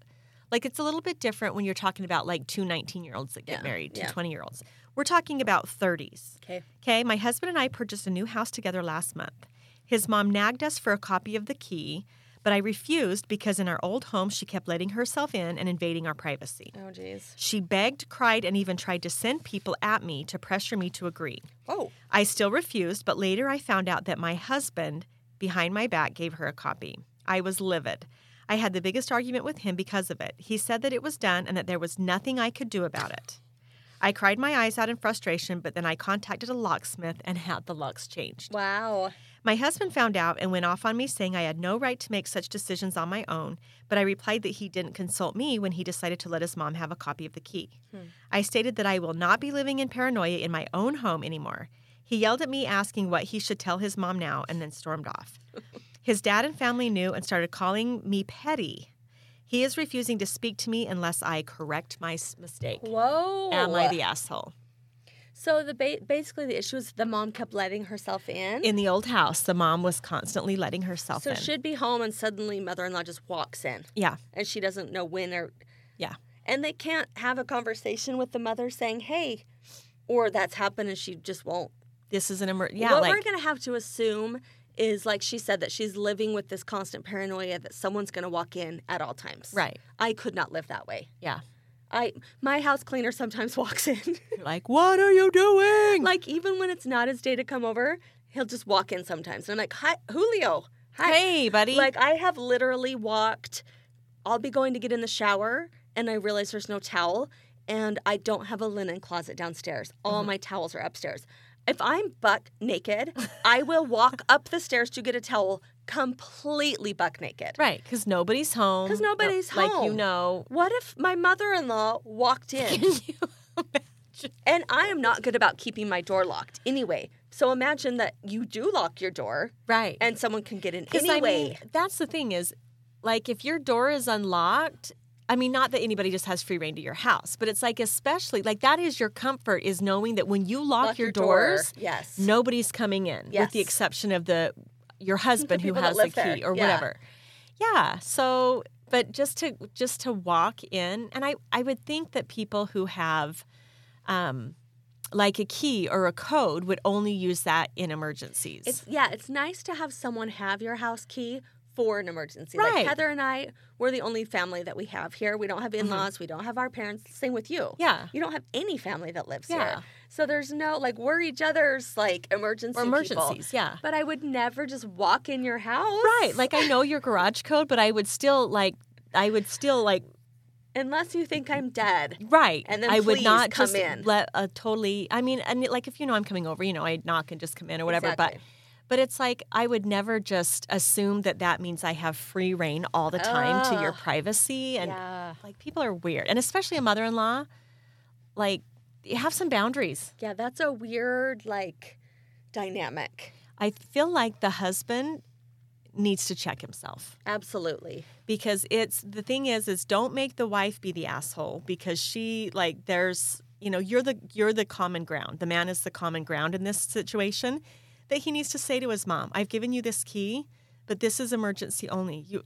like, it's a little bit different when you're talking about like two 19 year olds that get Yeah, married, two yeah. 20 year olds. We're talking about 30s. Okay. Okay, my husband and I purchased a new house together last month. His mom nagged us for a copy of the key, but I refused because in our old home she kept letting herself in and invading our privacy. Oh geez. She begged, cried, and even tried to send people at me to pressure me to agree. Oh. I still refused, but later I found out that my husband, behind my back, gave her a copy. I was livid. I had the biggest argument with him because of it. He said that it was done and that there was nothing I could do about it. I cried my eyes out in frustration, but then I contacted a locksmith and had the locks changed. Wow. My husband found out and went off on me, saying I had no right to make such decisions on my own, but I replied that he didn't consult me when he decided to let his mom have a copy of the key. Hmm. I stated that I will not be living in paranoia in my own home anymore. He yelled at me, asking what he should tell his mom now, and then stormed off. His dad and family knew and started calling me petty. He is refusing to speak to me unless I correct my s- mistake. Whoa. Am I the asshole? So the ba- basically the issue is the mom kept letting herself in. In the old house, the mom was constantly letting herself so in. she'd be home and suddenly mother-in-law just walks in yeah, and she doesn't know when or yeah. and they can't have a conversation with the mother saying, "Hey," or that's happened and she just won't. This is an emer- yeah, what like we're going to have to assume is like she said that she's living with this constant paranoia that someone's going to walk in at all times. Right. I could not live that way. Yeah. I my house cleaner sometimes walks in. Like, what are you doing? like even when it's not his day to come over, he'll just walk in sometimes. And I'm like, "Hi, Julio. Hi." hey, buddy. Like I have literally walked. I'll be going to get in the shower, and I realize there's no towel, and I don't have a linen closet downstairs. All my towels are upstairs. If I'm butt naked, I will walk up the stairs to get a towel, completely buck naked. Right, because nobody's home. 'Cause nobody's Like you home. know. What if my mother in law walked in? And I am not good about keeping my door locked anyway. So imagine that you do lock your door right. and someone can get in 'Cause, anyway. I mean, that's the thing is, like, if your door is unlocked, I mean, not that anybody just has free reign to your house, but it's like, especially, like, that is your comfort is knowing that when you lock, your, doors, Door. Yes. nobody's coming in, with Yes. the exception of the your husband who people that has the key live there, or yeah. whatever. Yeah. So, but just to just to walk in, and I I would think that people who have, um, like a key or a code would only use that in emergencies. It's yeah, it's nice to have someone have your house key for an emergency. Right. Mm-hmm. Like Heather and I, we're the only family that we have here. We don't have in-laws, we don't have our parents. Same with you. yeah. You don't have any family that lives Yeah. here. So there's no like we're each other's like emergency Or people. emergencies. Yeah. But I would never just walk in your house. Right. Like I know your garage code, but I would still like I would still like unless you think I'm dead. right. And then I would please not come just in. let a totally I mean and like if you know I'm coming over, you know, I'd knock and just come in or whatever, Exactly. but but it's like I would never just assume that that means I have free reign all the time to your Ugh. privacy and yeah. like people are weird. And especially a mother-in-law like you have some boundaries. Yeah, that's a weird like dynamic. I feel like the husband needs to check himself. Absolutely. because it's the thing is is don't make the wife be the asshole because she like there's you know you're the you're the common ground the man is the common ground in this situation that he needs to say to his mom i've given you this key but this is emergency only you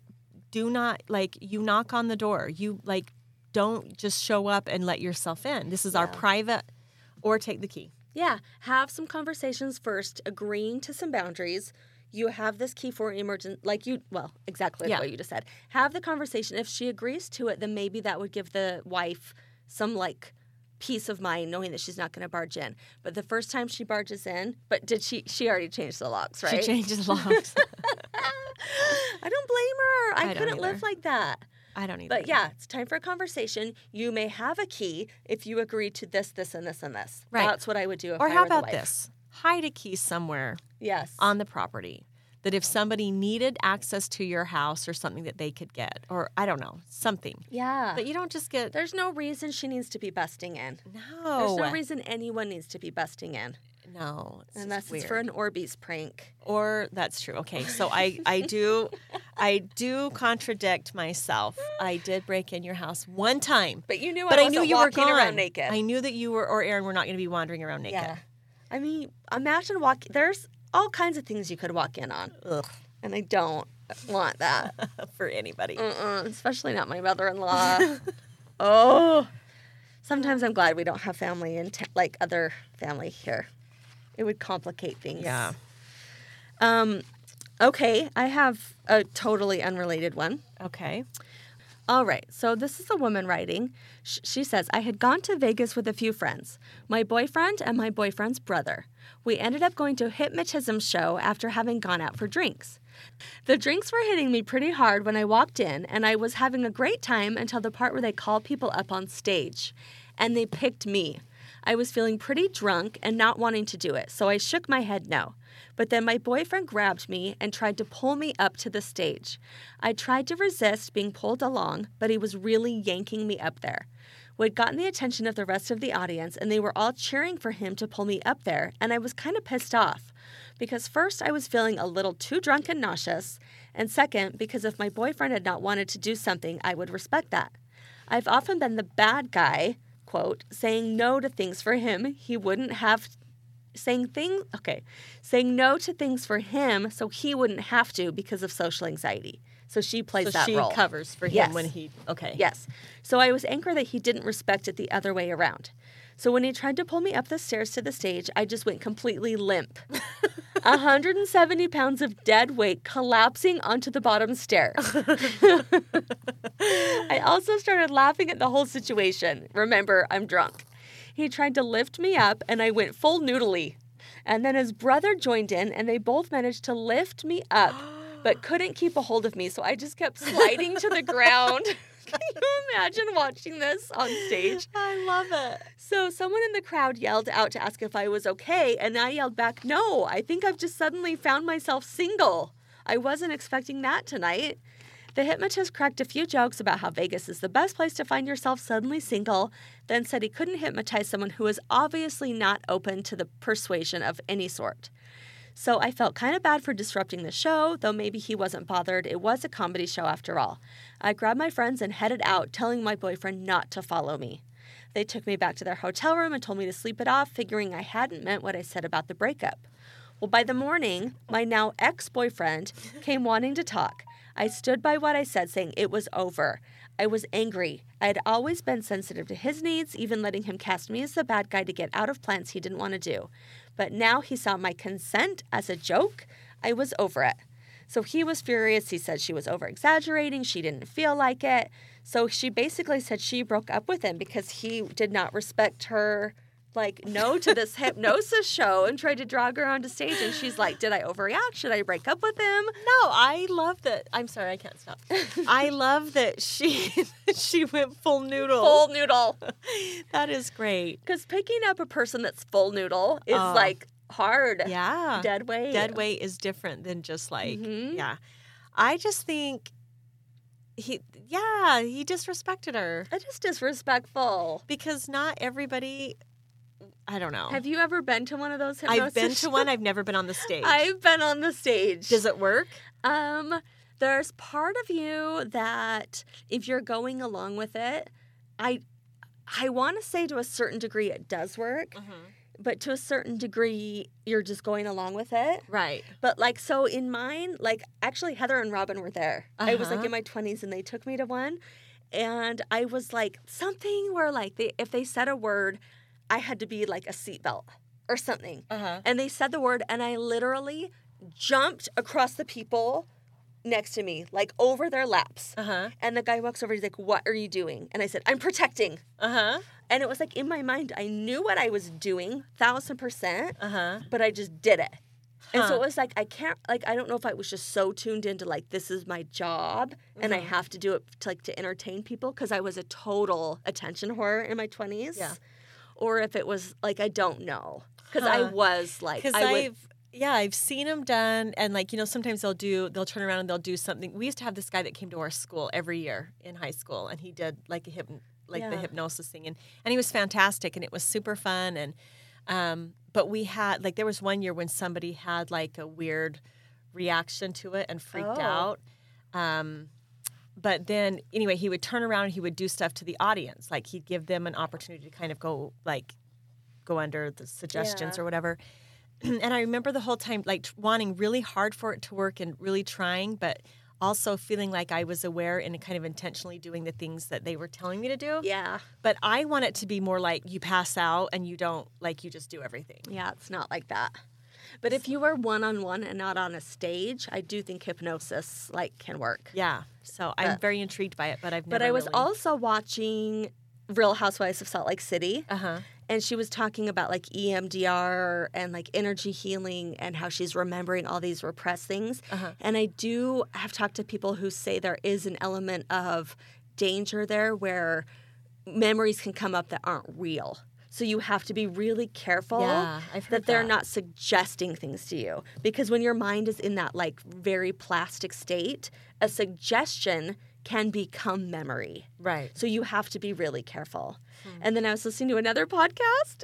do not like you knock on the door you like don't just show up and let yourself in this is our Yeah. private or take the key Yeah, have some conversations first, agreeing to some boundaries. You have this key for emergent, like you, well, exactly Yeah. what you just said. Have the conversation. If she agrees to it, then maybe that would give the wife some like peace of mind, knowing that she's not going to barge in. But the first time she barges in, but did she? She already changed the locks, right? she changes locks I don't blame her. I, I don't couldn't live either. like that. i don't either But yeah, it's time for a conversation. You may have a key if you agree to this, this, and this, and this. Right. That's what I would do. If or I how were the about wife. this Um, hide a key somewhere Yes. on the property that if somebody needed access to your house or something that they could get or I don't know something Yeah. but you don't just get There's no reason she needs to be busting in. There's no no reason anyone needs to be busting in no it's just unless it's weird. for an Orbeez prank. or that's true okay so I I do I do contradict myself I did break in your house one time But you knew but I I wasn't knew you were walking gone around naked. I knew that you were or Aaron were not going to be wandering around naked yeah. I mean, imagine walk. There's all kinds of things you could walk in on, Ugh, and I don't want that. for anybody Uh-uh, especially not my mother-in-law. oh. Sometimes I'm glad we don't have family and t- like other family here. It would complicate things. yeah Um. Okay, I have a totally unrelated one. okay All right, so this is a woman writing. Sh- She says, I had gone to Vegas with a few friends, my boyfriend and my boyfriend's brother. We ended up going to a hypnotism show after having gone out for drinks. The drinks were hitting me pretty hard when I walked in, and I was having a great time until the part where they call people up on stage. And they picked me. I was feeling pretty drunk and not wanting to do it, so I shook my head no. But then my boyfriend grabbed me and tried to pull me up to the stage. I tried to resist being pulled along, but he was really yanking me up there. We'd gotten the attention of the rest of the audience, and they were all cheering for him to pull me up there, and I was kind of pissed off. Because first, I was feeling a little too drunk and nauseous, and second, because if my boyfriend had not wanted to do something, I would respect that. I've often been the bad guy, quote, saying no to things for him he wouldn't have saying things okay saying no to things for him so he wouldn't have to because of social anxiety so she plays so that she role covers for him Yes. when he okay Yes. So I was angry that he didn't respect it the other way around. So when he tried to pull me up the stairs to the stage, I just went completely limp. 170 pounds of dead weight collapsing onto the bottom stair. I also started laughing at the whole situation. Remember, I'm drunk. He tried to lift me up, and I went full noodly. And then his brother joined in, and they both managed to lift me up, but couldn't keep a hold of me. So I just kept sliding to the ground. Can you imagine watching this on stage? I love it So someone in the crowd yelled out to ask if I was okay, and I yelled back, No, I think I've just suddenly found myself single. I wasn't expecting that tonight. The hypnotist cracked a few jokes about how Vegas is the best place to find yourself suddenly single, then said he couldn't hypnotize someone who was obviously not open to the persuasion of any sort. So I felt kind of bad for disrupting the show, though maybe he wasn't bothered. It was a comedy show after all. I grabbed my friends and headed out, telling my boyfriend not to follow me. They took me back to their hotel room and told me to sleep it off, figuring I hadn't meant what I said about the breakup. Well, by the morning, my now ex boyfriend came wanting to talk. I stood by what I said, saying it was over. I was angry. I had always been sensitive to his needs, even letting him cast me as the bad guy to get out of plans he didn't want to do. But now he saw my consent as a joke. I was over it. So he was furious. He said she was over exaggerating. She didn't feel like it. So she basically said she broke up with him because he did not respect her, like, no to this hypnosis show and tried to drag her onto stage. And she's like, Did I overreact? Should I break up with him? No, I love that. I'm sorry, I can't stop. I love that she she went full noodle. Full noodle. That is great. Because picking up a person that's full noodle is Oh. like hard. Yeah. Dead weight. Dead weight is different than just like Mhm. yeah. I just think he yeah, he disrespected her That is disrespectful. because not everybody I don't know. Have you ever been to one of those hypnosis? Oh. I've been to one, I've never been on the stage. I've been on the stage. Does it work? Um, there's part of you that if you're going along with it, I I want to say to a certain degree it does Uh. work, but to a certain degree you're just going along with it. Right. But like so in mine, like actually Heather and Robin were there. I was like Uh-huh. in my 20s and they took me to one and I was like something where like they if they said a word, I had to be like a seatbelt or something Uh-huh. and they said the word and i literally jumped across the people next to me like over their laps Uh-huh. and the guy walks over he's like what are you doing and i said i'm protecting Uh-huh. and it was like in my mind i knew what i was doing thousand percent Uh-huh. but i just did it and so Huh. it was like i can't like i don't know if i was just so tuned into like this is my job and i Mhm. have to do it to like to entertain people because i was a total attention whore in my 20s Yeah. or if it was like i don't know because i Huh. was like because I would, I've yeah I've seen them done and like you know sometimes they'll do they'll turn around and they'll do something. We used to have this guy that came to our school every year in high school and he did like a hyp like the Yeah. hypnosis thing and and he was fantastic and it was super fun and um but we had like there was one year when somebody had like a weird reaction to it and freaked Oh. out. Um, but then anyway he would turn around and he would do stuff to the audience like he'd give them an opportunity to kind of go like go under the suggestions Yeah. or whatever and i remember the whole time like tr- wanting really hard for it to work and really trying but also feeling like i was aware and kind of intentionally doing the things that they were telling me to do Yeah. but i want it to be more like you pass out and you don't like you just do everything Yeah, it's not like that. But if you are one on one and not on a stage, I do think hypnosis like can work. yeah so i'm But- very intrigued by it but i've never But I was really- also watching Real Housewives of Salt Lake City uh-huh and she was talking about like E EMDR and like energy healing and how she's remembering all these repressed things. Uh-huh. And I do have talked to people who say there is an element of danger there where memories can come up that aren't real. So you have to be really careful yeah i've heard that they're not suggesting things to you because when your mind is in that like very plastic state a suggestion can become memory right so you have to be really careful and then i was listening to another podcast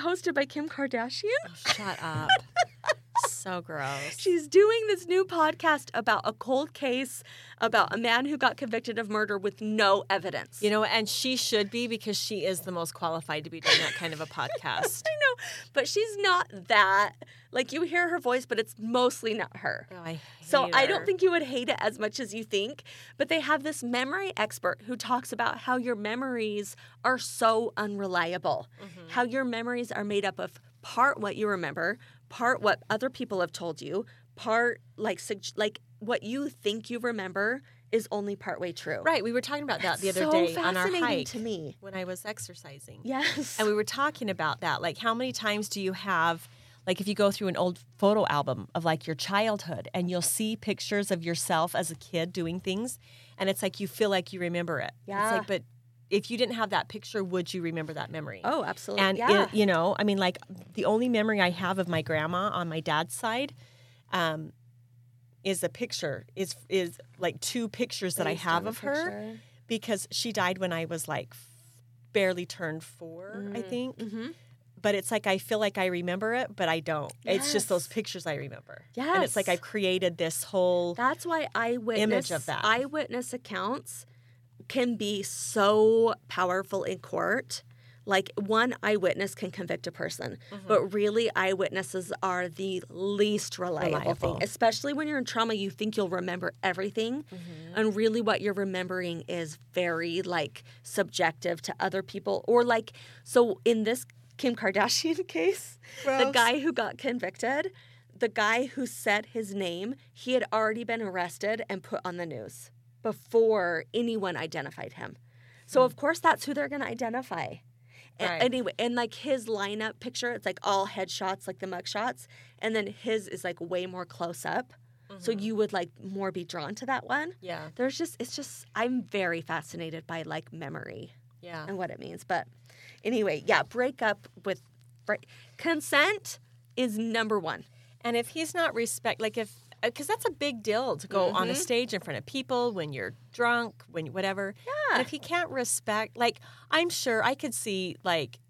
hosted by kim kardashian Shut up. so gross. She's doing this new podcast about a cold case about a man who got convicted of murder with no evidence. You know, and she should be because she is the most qualified to be doing that kind of a podcast. but she's not that. Like you hear her voice, but it's mostly not her. Oh, I hate So I her. don't think you would hate it as much as you think, but they have this memory expert who talks about how your memories are so unreliable, Mm-hmm. how your memories are made up of part what you remember, part what other people have told you, part like sug- like what you think you remember is only partway true. Right, we were talking about that the other so day on our fascinating hike to me. when I was exercising. Yes. And we were talking about that. Like, how many times do you have, like, if you go through an old photo album of like your childhood and you'll see pictures of yourself as a kid doing things, and it's like you feel like you remember it. Yeah. It's like, but if you didn't have that picture, would you remember that memory? oh, absolutely. And yeah. it, you know, I mean, like the only memory I have of my grandma on my dad's side, um, is a picture is is like two pictures that I have of her because she died when I was like f- barely turned 4 I think. Mm-hmm. But it's like I feel like I remember it, but I don't. It's just those Yes. pictures I remember. Yes. And it's like I've created this whole That's why eyewitness of that. eyewitness accounts can be so powerful in court. Like one eyewitness can convict a person, Mm-hmm. but really eyewitnesses are the least reliable, Reliable. thing. Especially when you're in trauma, you think you'll remember everything, Mm-hmm. and really what you're remembering is very like subjective to other people or like so in this Kim Kardashian case, the Gross. guy who got convicted, the guy who said his name, he had already been arrested and put on the news before anyone identified him. So of course that's who they're going to identify. And Hmm. Right. anyway, and like his lineup picture, it's like all headshots, like the mugshots, and then his is like way more close up. So Mm-hmm. you would like more be drawn to that one. Yeah. There's just it's just I'm very fascinated by like memory Yeah. and what it means. But anyway, yeah, break up with fr- consent is number one. And if he's not respect, like if, because that's a big deal to go Mm-hmm. on a stage in front of people when you're drunk, when whatever. Yeah. And if he can't respect, like I'm sure I could see like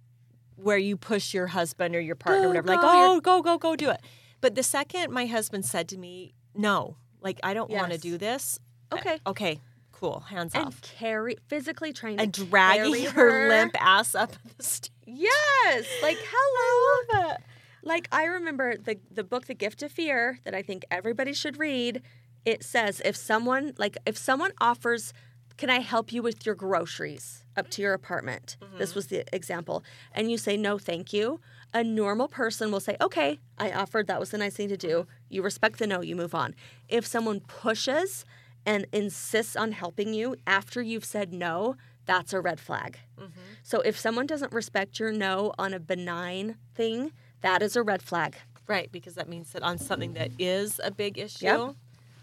where you push your husband or your partner, Go, or whatever, like go, oh you're- go go go do it. But the second my husband said to me, no, like I don't want to Yes. do this. Okay. Okay, cool, hands And off. carry physically trying And to dragging carry her, limp ass up the stage. Yes, like hello. Like I remember the the book The Gift of Fear that I think everybody should read. It says if someone like if someone offers can I help you with your groceries up to your apartment? This was the example. And you say no, thank you. A normal person will say, "Okay, I offered. That was the nice thing to do." You respect the no, you move on. If someone pushes and insists on helping you after you've said no, that's a red flag. So if someone doesn't respect your no on a benign thing, that is a red flag. Right, because that means that on something that is a big issue,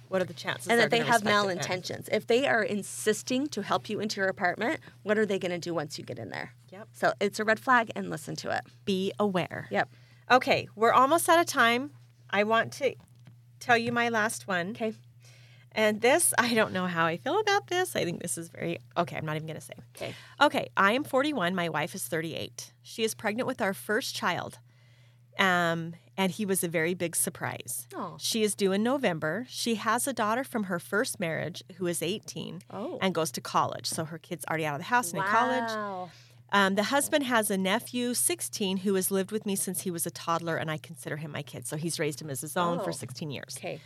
what are the chances? and they're that they gonna have respect it then? malintentions. If they are insisting to help you into your apartment, what are they going to do once you get in there? Yep. So it's a red flag and listen to it. Be aware. Yep. Okay, we're almost out of time. I want to tell you my last one. Okay. And this, I don't know how I feel about this. I think this is very okay. I'm not even going to say. Okay. Okay, I am 41. My wife is 38. She is pregnant with our first child. Um, and he was a very big surprise. Oh. She is due in November. She has a daughter from her first marriage who is 18 Oh. and goes to college. So her kid's already out of the house and in college. Um, the husband has a nephew, 16, who has lived with me since he was a toddler, and I consider him my kid. So he's raised him as his own Oh. for 16 years. Okay.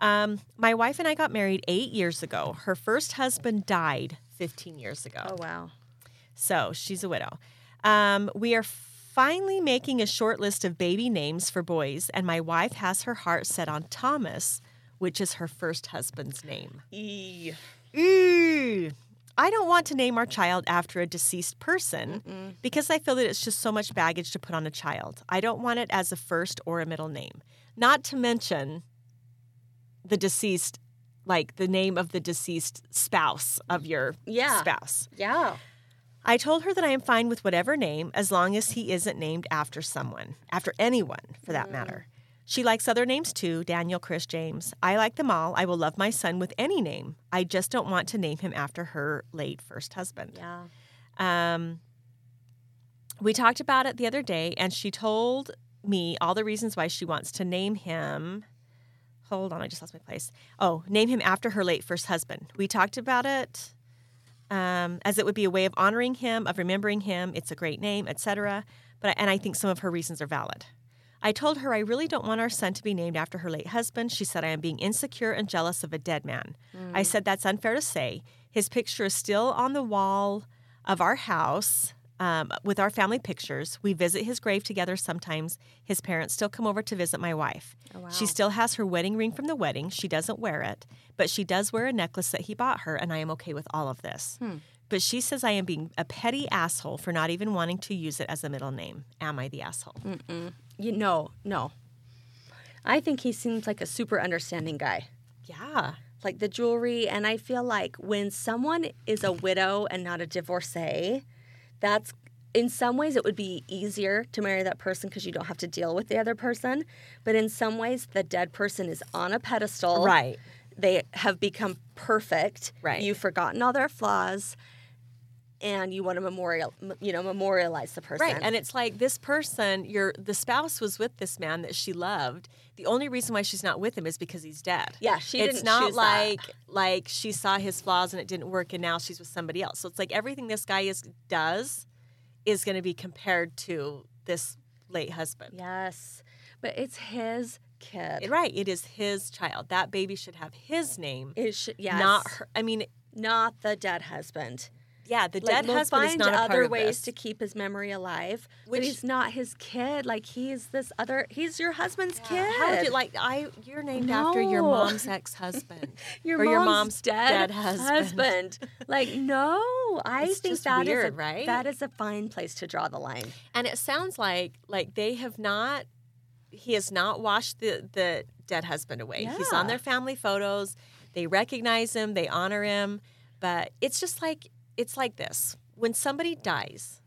Um, my wife and I got married eight years ago. Her first husband died 15 years ago. Oh wow. So she's a widow. Um, we are finally making a short list of baby names for boys, and my wife has her heart set on Thomas, which is her first husband's name. E. Ew. Mm. I don't want to name our child after a deceased person because I feel that it's just so much baggage to put on a child. I don't want it as a first or a middle name. Not to mention the deceased, like the name of the deceased spouse of your Yeah. spouse. Yeah. I told her that I am fine with whatever name as long as he isn't named after someone, after anyone for that matter. She likes other names too Daniel, Chris, James. I like them all. I will love my son with any name. I just don't want to name him after her late first husband. Yeah. Um, we talked about it the other day, and she told me all the reasons why she wants to name him. Hold on, I just lost my place. Oh, name him after her late first husband. We talked about it um, as it would be a way of honoring him, of remembering him. It's a great name, etc. But and I think some of her reasons are valid. I told her I really don't want our son to be named after her late husband. She said I am being insecure and jealous of a dead man. I said that's unfair to say. His picture is still on the wall of our house um, with our family pictures. We visit his grave together sometimes. His parents still come over to visit my wife. She still has her wedding ring from the wedding. She doesn't wear it, but she does wear a necklace that he bought her, and I am okay with all of this. But she says I am being a petty asshole for not even wanting to use it as a middle name. Am I the asshole? You no no. I think he seems like a super understanding guy. Yeah. like the jewelry. And I feel like when someone is a widow and not a divorcee, that's in some ways it would be easier to marry that person because you don't have to deal with the other person but in some ways the dead person is on a pedestal Right. they have become perfect Right. you've forgotten all their flaws and you want to memorial you know memorialize the person Right. And it's like this person, your the spouse was with this man that she loved. The only reason why she's not with him is because he's dead. yeah she it's didn't not choose that. like like she saw his flaws and it didn't work and now she's with somebody else. So it's like everything this guy is does is going to be compared to this late husband. yes but it's his kid Right, it is his child. That baby should have his name, it should yes not her. I mean, not the dead husband yeah, the Like, dead we'll husband find is not a other part of ways this. to keep his memory alive Which- but he's not his kid like he's this other he's your husband's kid How would you like? I you're named after your No. mom's ex husband. your, or mom's your mom's dead, dead husband. husband. like no i It's think just that is weird, a, right? that is a fine place to draw the line And it sounds like like they have not he has not washed the the dead husband away. He's on Yeah. their family photos. They recognize him, they honor him, but it's just like it's like this. When somebody dies,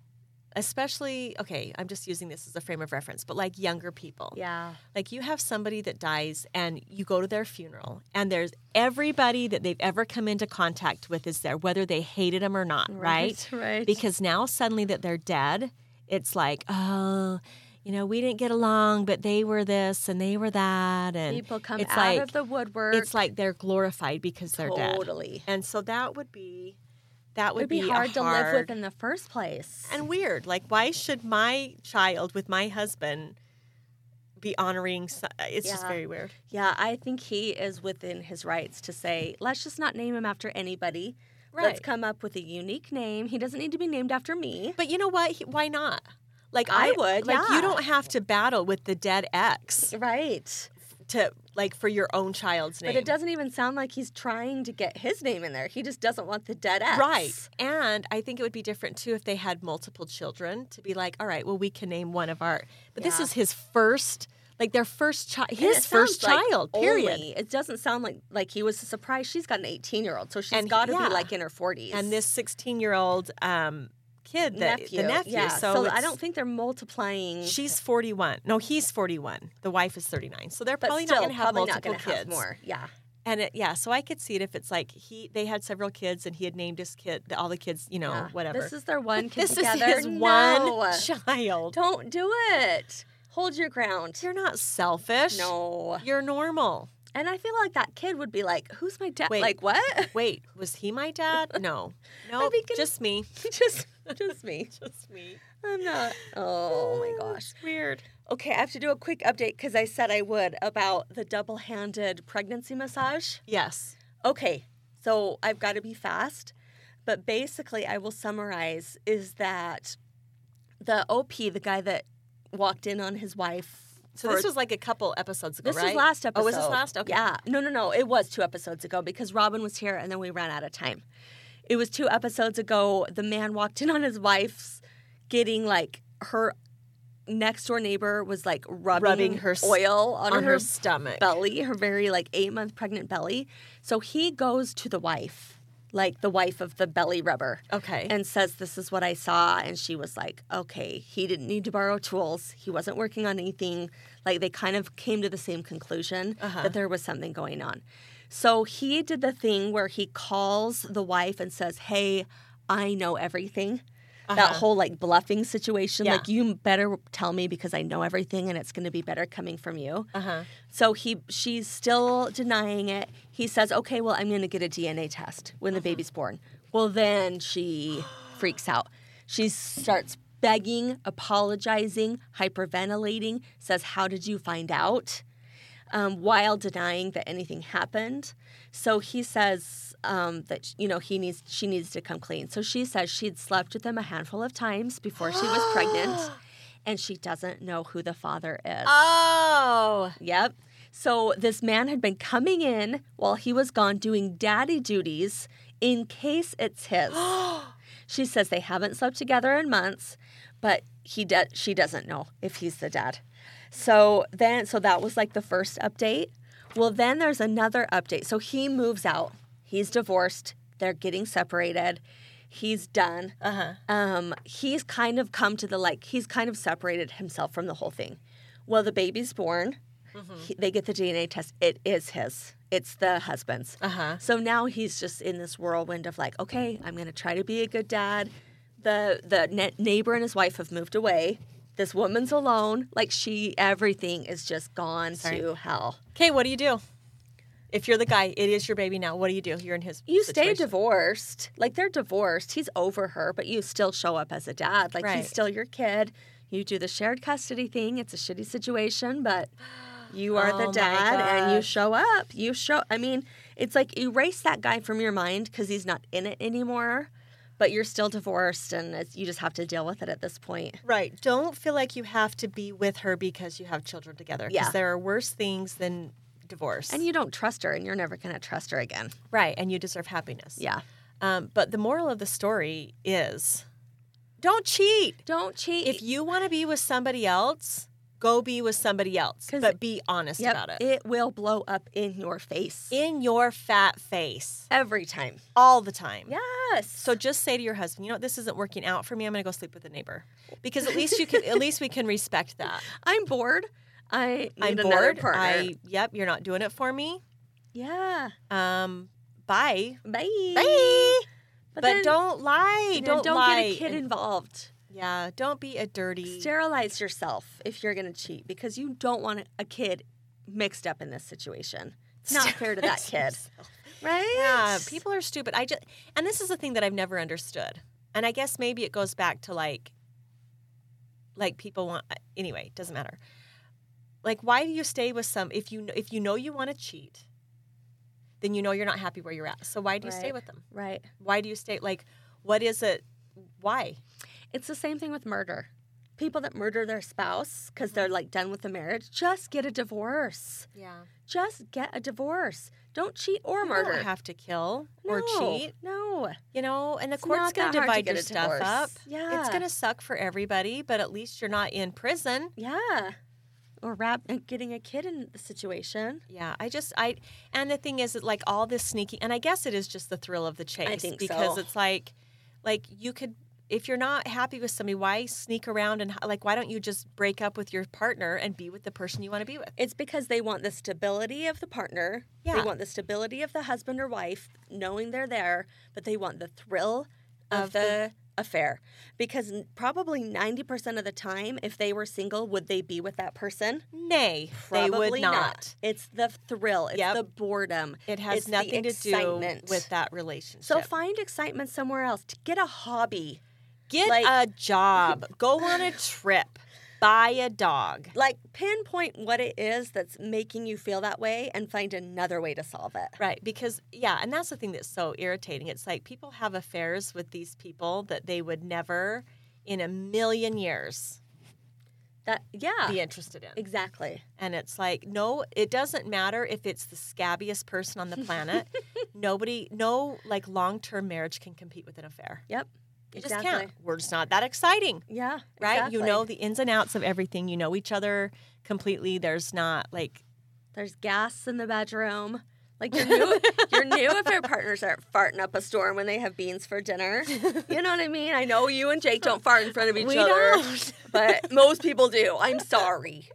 especially okay, I'm just using this as a frame of reference, but like younger people. yeah Like you have somebody that dies and you go to their funeral and there's everybody that they've ever come into contact with is there whether they hated them or not, right? right right because now suddenly that they're dead, it's like, oh, you know, we didn't get along, but they were this and they were that, and people come it's out like of the woodwork it's like they're glorified because they're dead, totally and so that would be that it would would be a hard to live hard- with in the first place and weird. Like, why should my child with my husband be honoring? so- It's just Yeah. very weird. yeah i think he is within his rights to say let's just not name him after anybody Let's come up with a unique name. He doesn't need to be named after me. But you know what? He- Why not? Like I would, Like yeah. you don't have to battle with the dead ex Right. to like for your own child's name. But it doesn't even sound like he's trying to get his name in there. He just doesn't want the dead ex. Right. And I think it would be different too if they had multiple children to be like, all right, well, we can name one of our. But this Yeah. is his first, like their first child, And it his first sounds like child, period. only- it doesn't sound like like he was surprised. She's got an 18 year old, so she's And he- got to yeah. be like in her 40s. And this 16 year old um, kid, that, nephew, the nephew. yeah. So, I it's- don't think they're multiplying. She's 41. No, he's 41. The wife is 39. So they're but probably still, not going to have probably multiple not gonna Have kids. more. Yeah. And it, yeah, so I could see it if it's like he they had several kids and he had named his kid all the kids, you know, yeah. whatever. This is their one kid This is together. his No. one child. Don't do it. Hold your ground. You're not selfish. No. You're normal. And I feel like that kid would be like, "Who's my dad? Wait. Like what? Wait, was he my dad? No. No, I'd be gonna- just me. just, just me. Just me. I'm not. Oh my Uh. gosh. Weird. Okay, I have to do a quick update because I said I would about the double handed pregnancy massage. Yes. Okay, so I've got to be fast, but basically, I will summarize is that the OP, the guy that walked in on his wife. So for- this was like a couple episodes ago, This right? was last episode. Oh, was this last? Okay. Yeah. No, no, no. It was two episodes ago because Robin was here and then we ran out of time. It was two episodes ago. The man walked in on his wife's getting like her next door neighbor was like rubbing, Rubbing her s- oil on, On, her, her, stomach. belly, her very like eight month pregnant belly. So he goes to the wife, like the wife of the belly rubber Okay. and says, This is what I saw. And she was like, Okay, he didn't need to borrow tools. He wasn't working on anything. Like they kind of came to the same conclusion Uh-huh. that there was something going on. So he did the thing where he calls the wife and says, Hey, I know everything. Uh-huh. That whole like bluffing situation, Yeah. like you better tell me because I know everything and it's going to be better coming from you. uh-huh. So he she's still denying it. He says, "Okay, well, I'm going to get a DNA test when Uh-huh. the baby's born." Well, then she freaks out. She starts begging, apologizing, hyperventilating, says, "How did you find out?" Um, while denying that anything happened. So he says um, that you know he needs she needs to come clean. So she says she'd slept with him a handful of times before she was pregnant, and she doesn't know who the father is. Ah, Oh. Yep. So this man had been coming in while he was gone doing daddy duties in case it's his. she says they haven't slept together in months, but he de- she doesn't know if he's the dad. So then so that was like the first update. Well, then there's another update. So he moves out. He's divorced. They're getting separated. He's done. Uh huh. Um, he's kind of come to the like, he's kind of separated himself from the whole thing. Well, the baby's born. He, they get the DNA test. It is his, it's the husband's. Uh huh. So now he's just in this whirlwind of like, okay, I'm gonna try to be a good dad. The the ne- neighbor and his wife have moved away. This woman's alone. Like she, everything is just gone Sorry. to hell. Okay, what do you do? If you're the guy, it is your baby now. What do you do? You're in his. You stay situation. divorced. Like they're divorced. He's over her, but you still show up as a dad. Like Right. he's still your kid. You do the shared custody thing. It's a shitty situation, but you are Oh, the my dad and you gosh. show up. You show I mean, it's like erase that guy from your mind cuz he's not in it anymore, but you're still divorced and it's, you just have to deal with it at this point. Right. Don't feel like you have to be with her because you have children together. Because Yeah. there are worse things than divorce. And you don't trust her and you're never going to trust her again. right. And you deserve happiness. Yeah. Um, but the moral of the story is don't cheat. Don't cheat. If you want to be with somebody else, go be with somebody else. 'Cause- But be honest Yep, about it. it will blow up in your face In your fat face every time. all the time. Yes. So just say to your husband, you know, what, this isn't working out for me. I'm going to go sleep with a neighbor because at least you can, at least we can respect that. I'm bored. I need I'm another bored. partner. I yep, you're not doing it for me. yeah. Um, bye. Bye. Bye. But, But, then- don't lie. then Don't, don't lie. get a kid And- involved. yeah, don't be a dirty. Sterilize yourself if you're going to cheat because you don't want a kid mixed up in this situation. It's not fair to that kid, right? Yeah, people are stupid. I just and this is the thing that I've never understood. And I guess maybe it goes back to like like people want uh, anyway, doesn't matter. Like why do you stay with some if you if you know you want to cheat? Then you know you're not happy where you're at. So why do you stay Right. with them? Right. Why do you stay like what is it why? It's the same thing with murder. People that murder their spouse because they're like done with the marriage, just get a divorce. Yeah. Just get a divorce. Don't cheat or murder. don't have to kill or No, cheat, No. you know, and the It's court's not going that to hard to divide get your a stuff divorce. up. It's Yeah. going to suck for everybody, but at least you're not in prison. Yeah. Or wrap and getting a kid in the situation. Yeah, I just I and the thing is that like all this sneaking and I guess it is just the thrill of the chase think because so. it's like like you could if you're not happy with somebody why sneak around and like why don't you just break up with your partner and be with the person you want to be with? It's because they want the stability of the partner. Yeah. They want the stability of the husband or wife, knowing they're there, but they want the thrill of, Of the, the- affair. Because n- probably 90% of the time, if they were single, would they be with that person? Nay, Probably they would not. It's the thrill, it's Yep. the boredom. It has it's the nothing to do excitement. with that relationship. So find excitement somewhere else. To get a hobby. get like- a job, go on a trip, buy a dog. Like pinpoint what it is that's making you feel that way and find another way to solve it. Right, because yeah, and that's the thing that's so irritating. It's like people have affairs with these people that they would never in a million years That yeah. be interested in. Exactly. And it's like, no, it doesn't matter if it's the scabbiest person on the planet. Nobody no like long-term marriage can compete with an affair. Yep. You exactly. just can't. We're just not that exciting. Yeah. Right? You exactly. know the ins and outs of everything. You know each other completely. There's not like there's gas in the bedroom. Like you're new, you're new if your partners are farting up a storm when they have beans for dinner. You know what I mean? I know you and Jake don't fart in front of each We other, don't. but most people do. I'm sorry.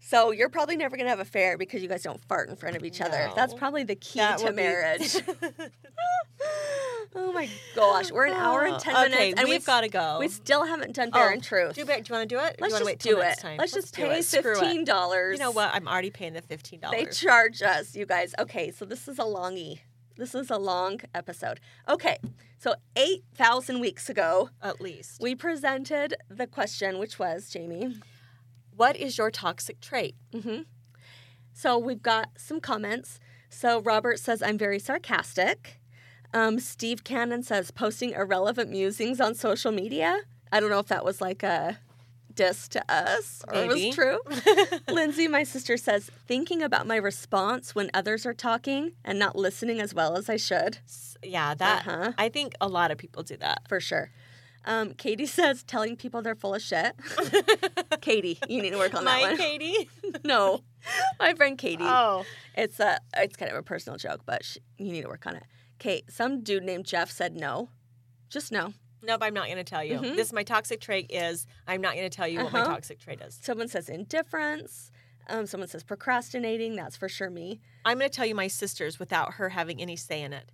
So you're probably never gonna have a fair because you guys don't fart in front of each other. That's No. probably the key That to would be- marriage. oh my gosh, we're an hour and ten okay, minutes, and we've we got to go. We still haven't done fair and truth. Oh, Do, you ba- do you want to do it? or Let's do you wanna just wait till do next it. time? Let's, just do pay it. Screw it. fifteen dollars. You know what? I'm already paying the fifteen They dollars. charge us, you guys. Okay, so this is a longy. This is a long episode. Okay, so eight thousand weeks ago, At least. we presented the question, which was Jamie. What is your toxic trait? So we've got some comments. So Robert says I'm very sarcastic. Um, Steve Cannon says posting irrelevant musings on social media. I don't know if that was like a diss to us or it Maybe. was true. Lindsay, my sister, says thinking about my response when others are talking and not listening as well as I should. S- Yeah, that. Uh-huh. I think a lot of people do that. for sure. Um, Katie says telling people they're full of shit. Katie, you need to work on that My one. Katie. no, my friend Katie. oh, It's a it's kind of a personal joke, but sh you need to work on it. Kate, some dude named Jeff said no. Just know. Nope, I'm not going to tell you. Mhm. This is my toxic trait is I'm not going to tell you what my Uh-huh. toxic trait is. Someone says indifference. Um, someone says procrastinating. That's for sure me. I'm going to tell you my sister's without her having any say in it.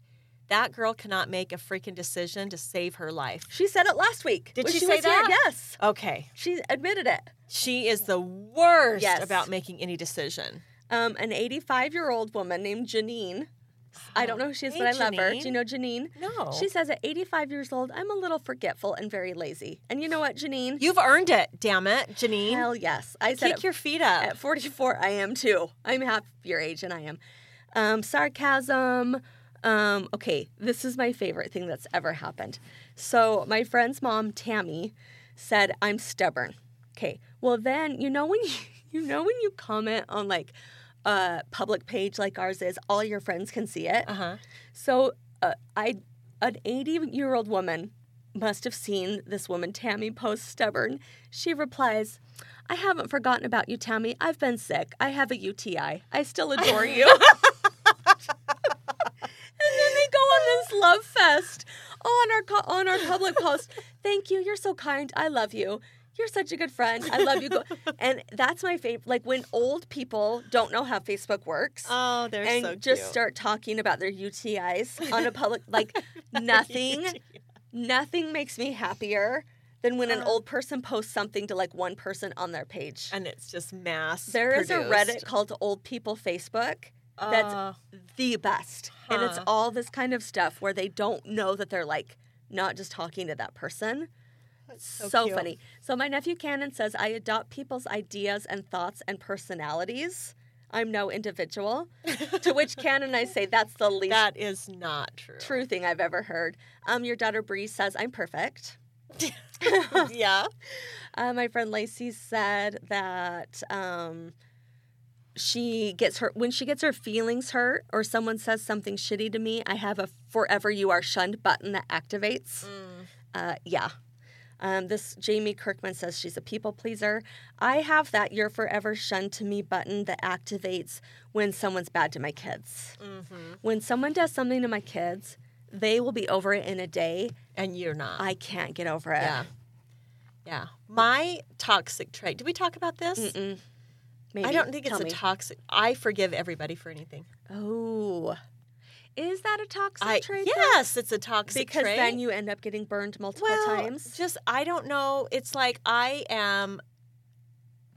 That girl cannot make a freaking decision to save her life. She said it last week. Did when she was say that? Here. Yes. Okay. She admitted it. She is the worst Yes. about making any decision. Um, an 85 year old woman named Janine. I don't know who she is, Hey, but I love her. Do you Janine. know Janine? No. She says at 85 years old, I'm a little forgetful and very lazy. And you know what, Janine? You've earned it, damn it, Janine. Hell yes. I said Kick it your feet up. At 44, I am too. I'm half your age, and I am. Um, sarcasm. Um, okay, this is my favorite thing that's ever happened. So, my friend's mom, Tammy, said, I'm stubborn. Okay, well, then, you know, when you, you know, when you comment on like a public page like ours is, all your friends can see it. Uh-huh. So, uh, I, an 80 year old woman must have seen this woman, Tammy, post stubborn. She replies, I haven't forgotten about you, Tammy. I've been sick. I have a UTI. I still adore you. and then they go on this love fest on our co- on our public post. Thank you. You're so kind. I love you. You're such a good friend. I love you. Go- and that's my favorite. Like when old people don't know how Facebook works Oh, they're and so cute. just start talking about their UTIs on a public like nothing nothing makes me happier than when an Uh. old person posts something to like one person on their page. and it's just mass. There is a produced. Reddit called Old People Facebook that's Oh, the best. And it's Huh. all this kind of stuff where they don't know that they're like not just talking to that person. So, cute. funny. So my nephew Cannon says I adopt people's ideas and thoughts and personalities. I'm no individual. to which Cannon and I say that's the least that is not true. true thing I've ever heard. Um, your daughter Bree says I'm perfect. yeah. Uh, my friend Lacey said that um, she gets her when she gets her feelings hurt or someone says something shitty to me. I have a "Forever You Are Shunned" button that Mm. activates. Uh, yeah. Um, this Jamie Kirkman says she's a people pleaser. I have that "You're Forever Shunned to Me" button that activates when someone's bad to my kids. Mhm. When someone does something to my kids, they will be over it in a day. And you're not. I can't get over it. yeah. Yeah. My toxic trait. Did we talk about this? Mm-mm. Maybe. I don't think Tell it's me. a toxic. I forgive everybody for anything. Oh. Is that a toxic I trait? though? yes, it's a toxic Because trait. then you end up getting burned multiple well, times. just I don't know. It's like I am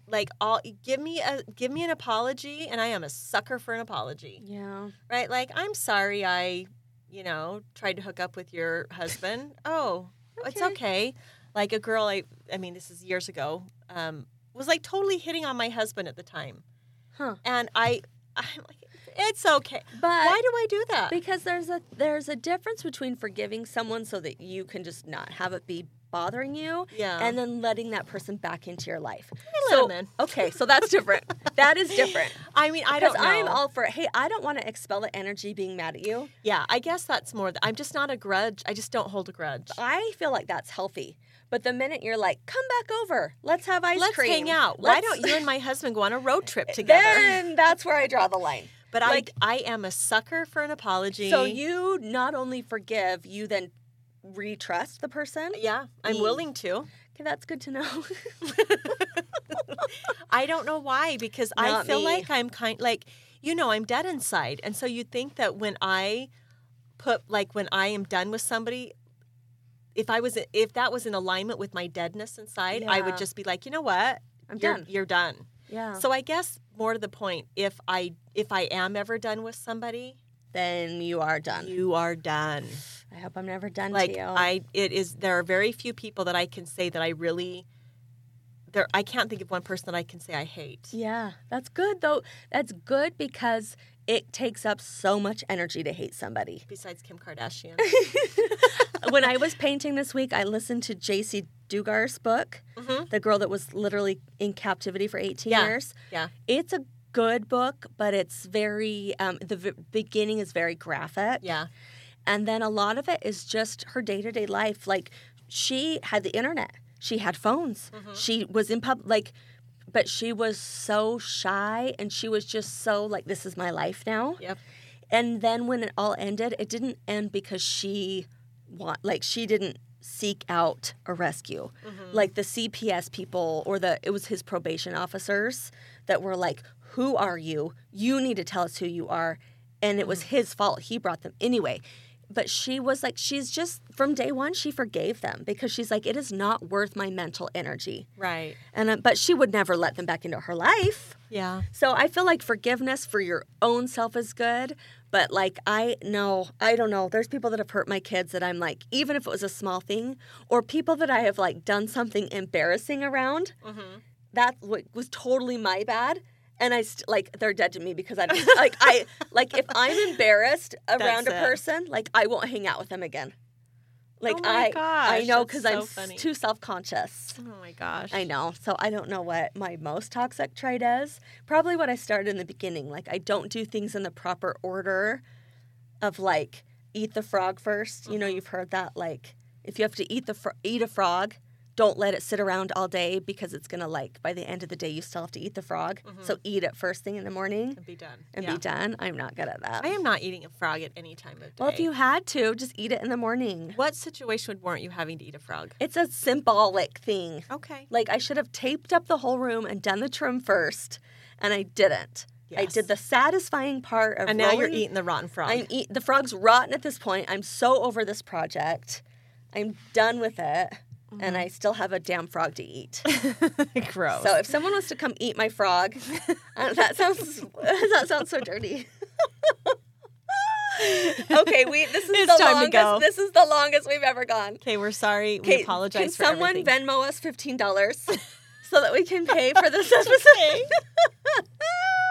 like all give me a give me an apology and I am a sucker for an apology. Yeah. Right? Like I'm sorry I, you know, tried to hook up with your husband. Oh, it's okay. Like a girl I I mean this is years ago. Um was like totally hitting on my husband at the time. Huh. Uh, And I I'm like it's okay. But Why do I do that? because there's a there's a difference between forgiving someone so that you can just not have it be bothering you yeah. and then letting that person back into your life. I let so, 'em in. Okay, so that's different. that is different. I mean, I Because don't know. I'm all for hey, I don't want to expel the energy being mad at you. Yeah, I guess that's more. Th- I'm just not a grudge. I just don't hold a grudge. I feel like that's healthy. But the minute you're like, come back over, let's have ice Let's cream. hang out. Why Let's- Eh, don't you and my husband go on a road trip together? Then that's where I draw the line. but like- I, I am a sucker for an apology. So you not only forgive, you then retrust the person. yeah, I'm Mm. willing to. Okay, that's good to know. I don't know why because I Not feel me. like I'm kind like you know I'm dead inside, and so you think that when I put like when I am done with somebody. If I was if that was in alignment with my deadness inside, I Yeah. would just be like, you know what, I'm you're done. you're done. Yeah. So So I guess more to the point, if I if I am ever done with somebody, then you are done. you are done. I hope I'm never done Like to you. I it is there are very few people that I can say that I really there I can't think of one person that I can say I hate. yeah, that's good though. That's good because it takes up so much energy to hate somebody. Besides Kim Kardashian. when I was painting this week, I listened to J.C. Dugar's book, Mhm. the girl that was literally in captivity for 18 Yeah. years. Yeah. It's a good book, but it's very, um, the v- beginning is very graphic. Yeah. And then a lot of it is just her day to day life. Like she had the internet, she had phones, Mm-hmm. she was in pub, like, but she was so shy and she was just so like, this is my life now. Yep. And then when it all ended, it didn't end because she want like she didn't seek out a rescue like the cps people or the it was his probation officers that were like who are you you need to tell us who you are and it was his fault he brought them anyway but she was like she's just from day one she forgave them because she's like it is not worth my mental energy Right. and uh, but she would never let them back into her life Yeah. so I feel like forgiveness for your own self is good, but like I know, I don't know. There's people that have hurt my kids that I'm like, even if it was a small thing, or people that I have like done something embarrassing around, Mm-hmm. that wa- was totally my bad. And I st- like they're dead to me because I don't- like I like if I'm embarrassed around a That's it. person, like I won't hang out with them again. Like Oh my I I gosh, know that's because so I'm s- funny. too self conscious. Oh my gosh. I know. So I don't know what my most toxic trait is. Probably what I started in the beginning. Like I don't do things in the proper order of like eat the frog 1st You know, Mm-hmm. you've heard that like if you have to eat the fro- eat a frog, don't let it sit around all day because it's going to like by the end of the day you still have to eat the frog. So eat it first thing in the morning And be done. and Mm-hmm. Yeah. be done. I'm not good at that. I am not eating a frog at any time of day. well, if you had to, just eat it in the morning. what situation would warrant you having to eat a frog? It's a symbolic thing. Okay. Like I should have taped up the whole room and done the trim first, and I didn't. I Yes. did the satisfying part of And now you're rolling- eating the rotten frog. I'm eat the frog's rotten at this point. I'm so over this project. I'm done with it, and I still have a damn frog to eat. Mm-hmm. Gross. so if someone wants to come eat my frog, uh, that sounds that sounds so dirty. okay, we this is It's the time to longest. go. This is the longest we've ever gone. okay, we're sorry. Okay, we apologize Can for someone everything. Venmo us fifteen dollars so that we can pay for this episode?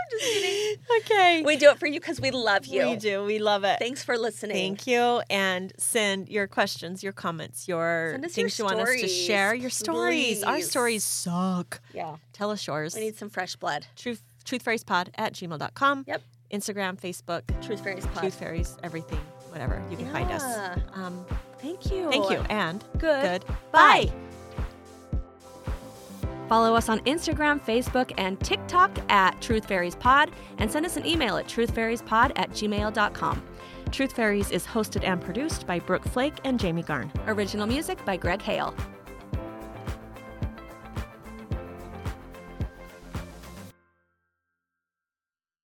Just kidding. okay. We do it for you because we love you. We do. We love it. Thanks for listening. Thank you. And send your questions, your comments, your Send us things your you want us to stories, share. Your stories. Our please. stories suck. Yeah, Tell us yours. we need some fresh blood. Truth, truthfairiespod at gmail.com. Yep. Instagram, Facebook, Truth Fairies Pod. Truth Fairies, everything, whatever. You can find us. Yeah. Um, Thank you. thank you. And Good. goodbye. Bye. Follow us on Instagram, Facebook, and TikTok at Truth Fairies Pod and send us an email at truthfairiespod at gmail.com. Truth Fairies is hosted and produced by Brooke Flake and Jamie Garn. Original music by Greg Hale.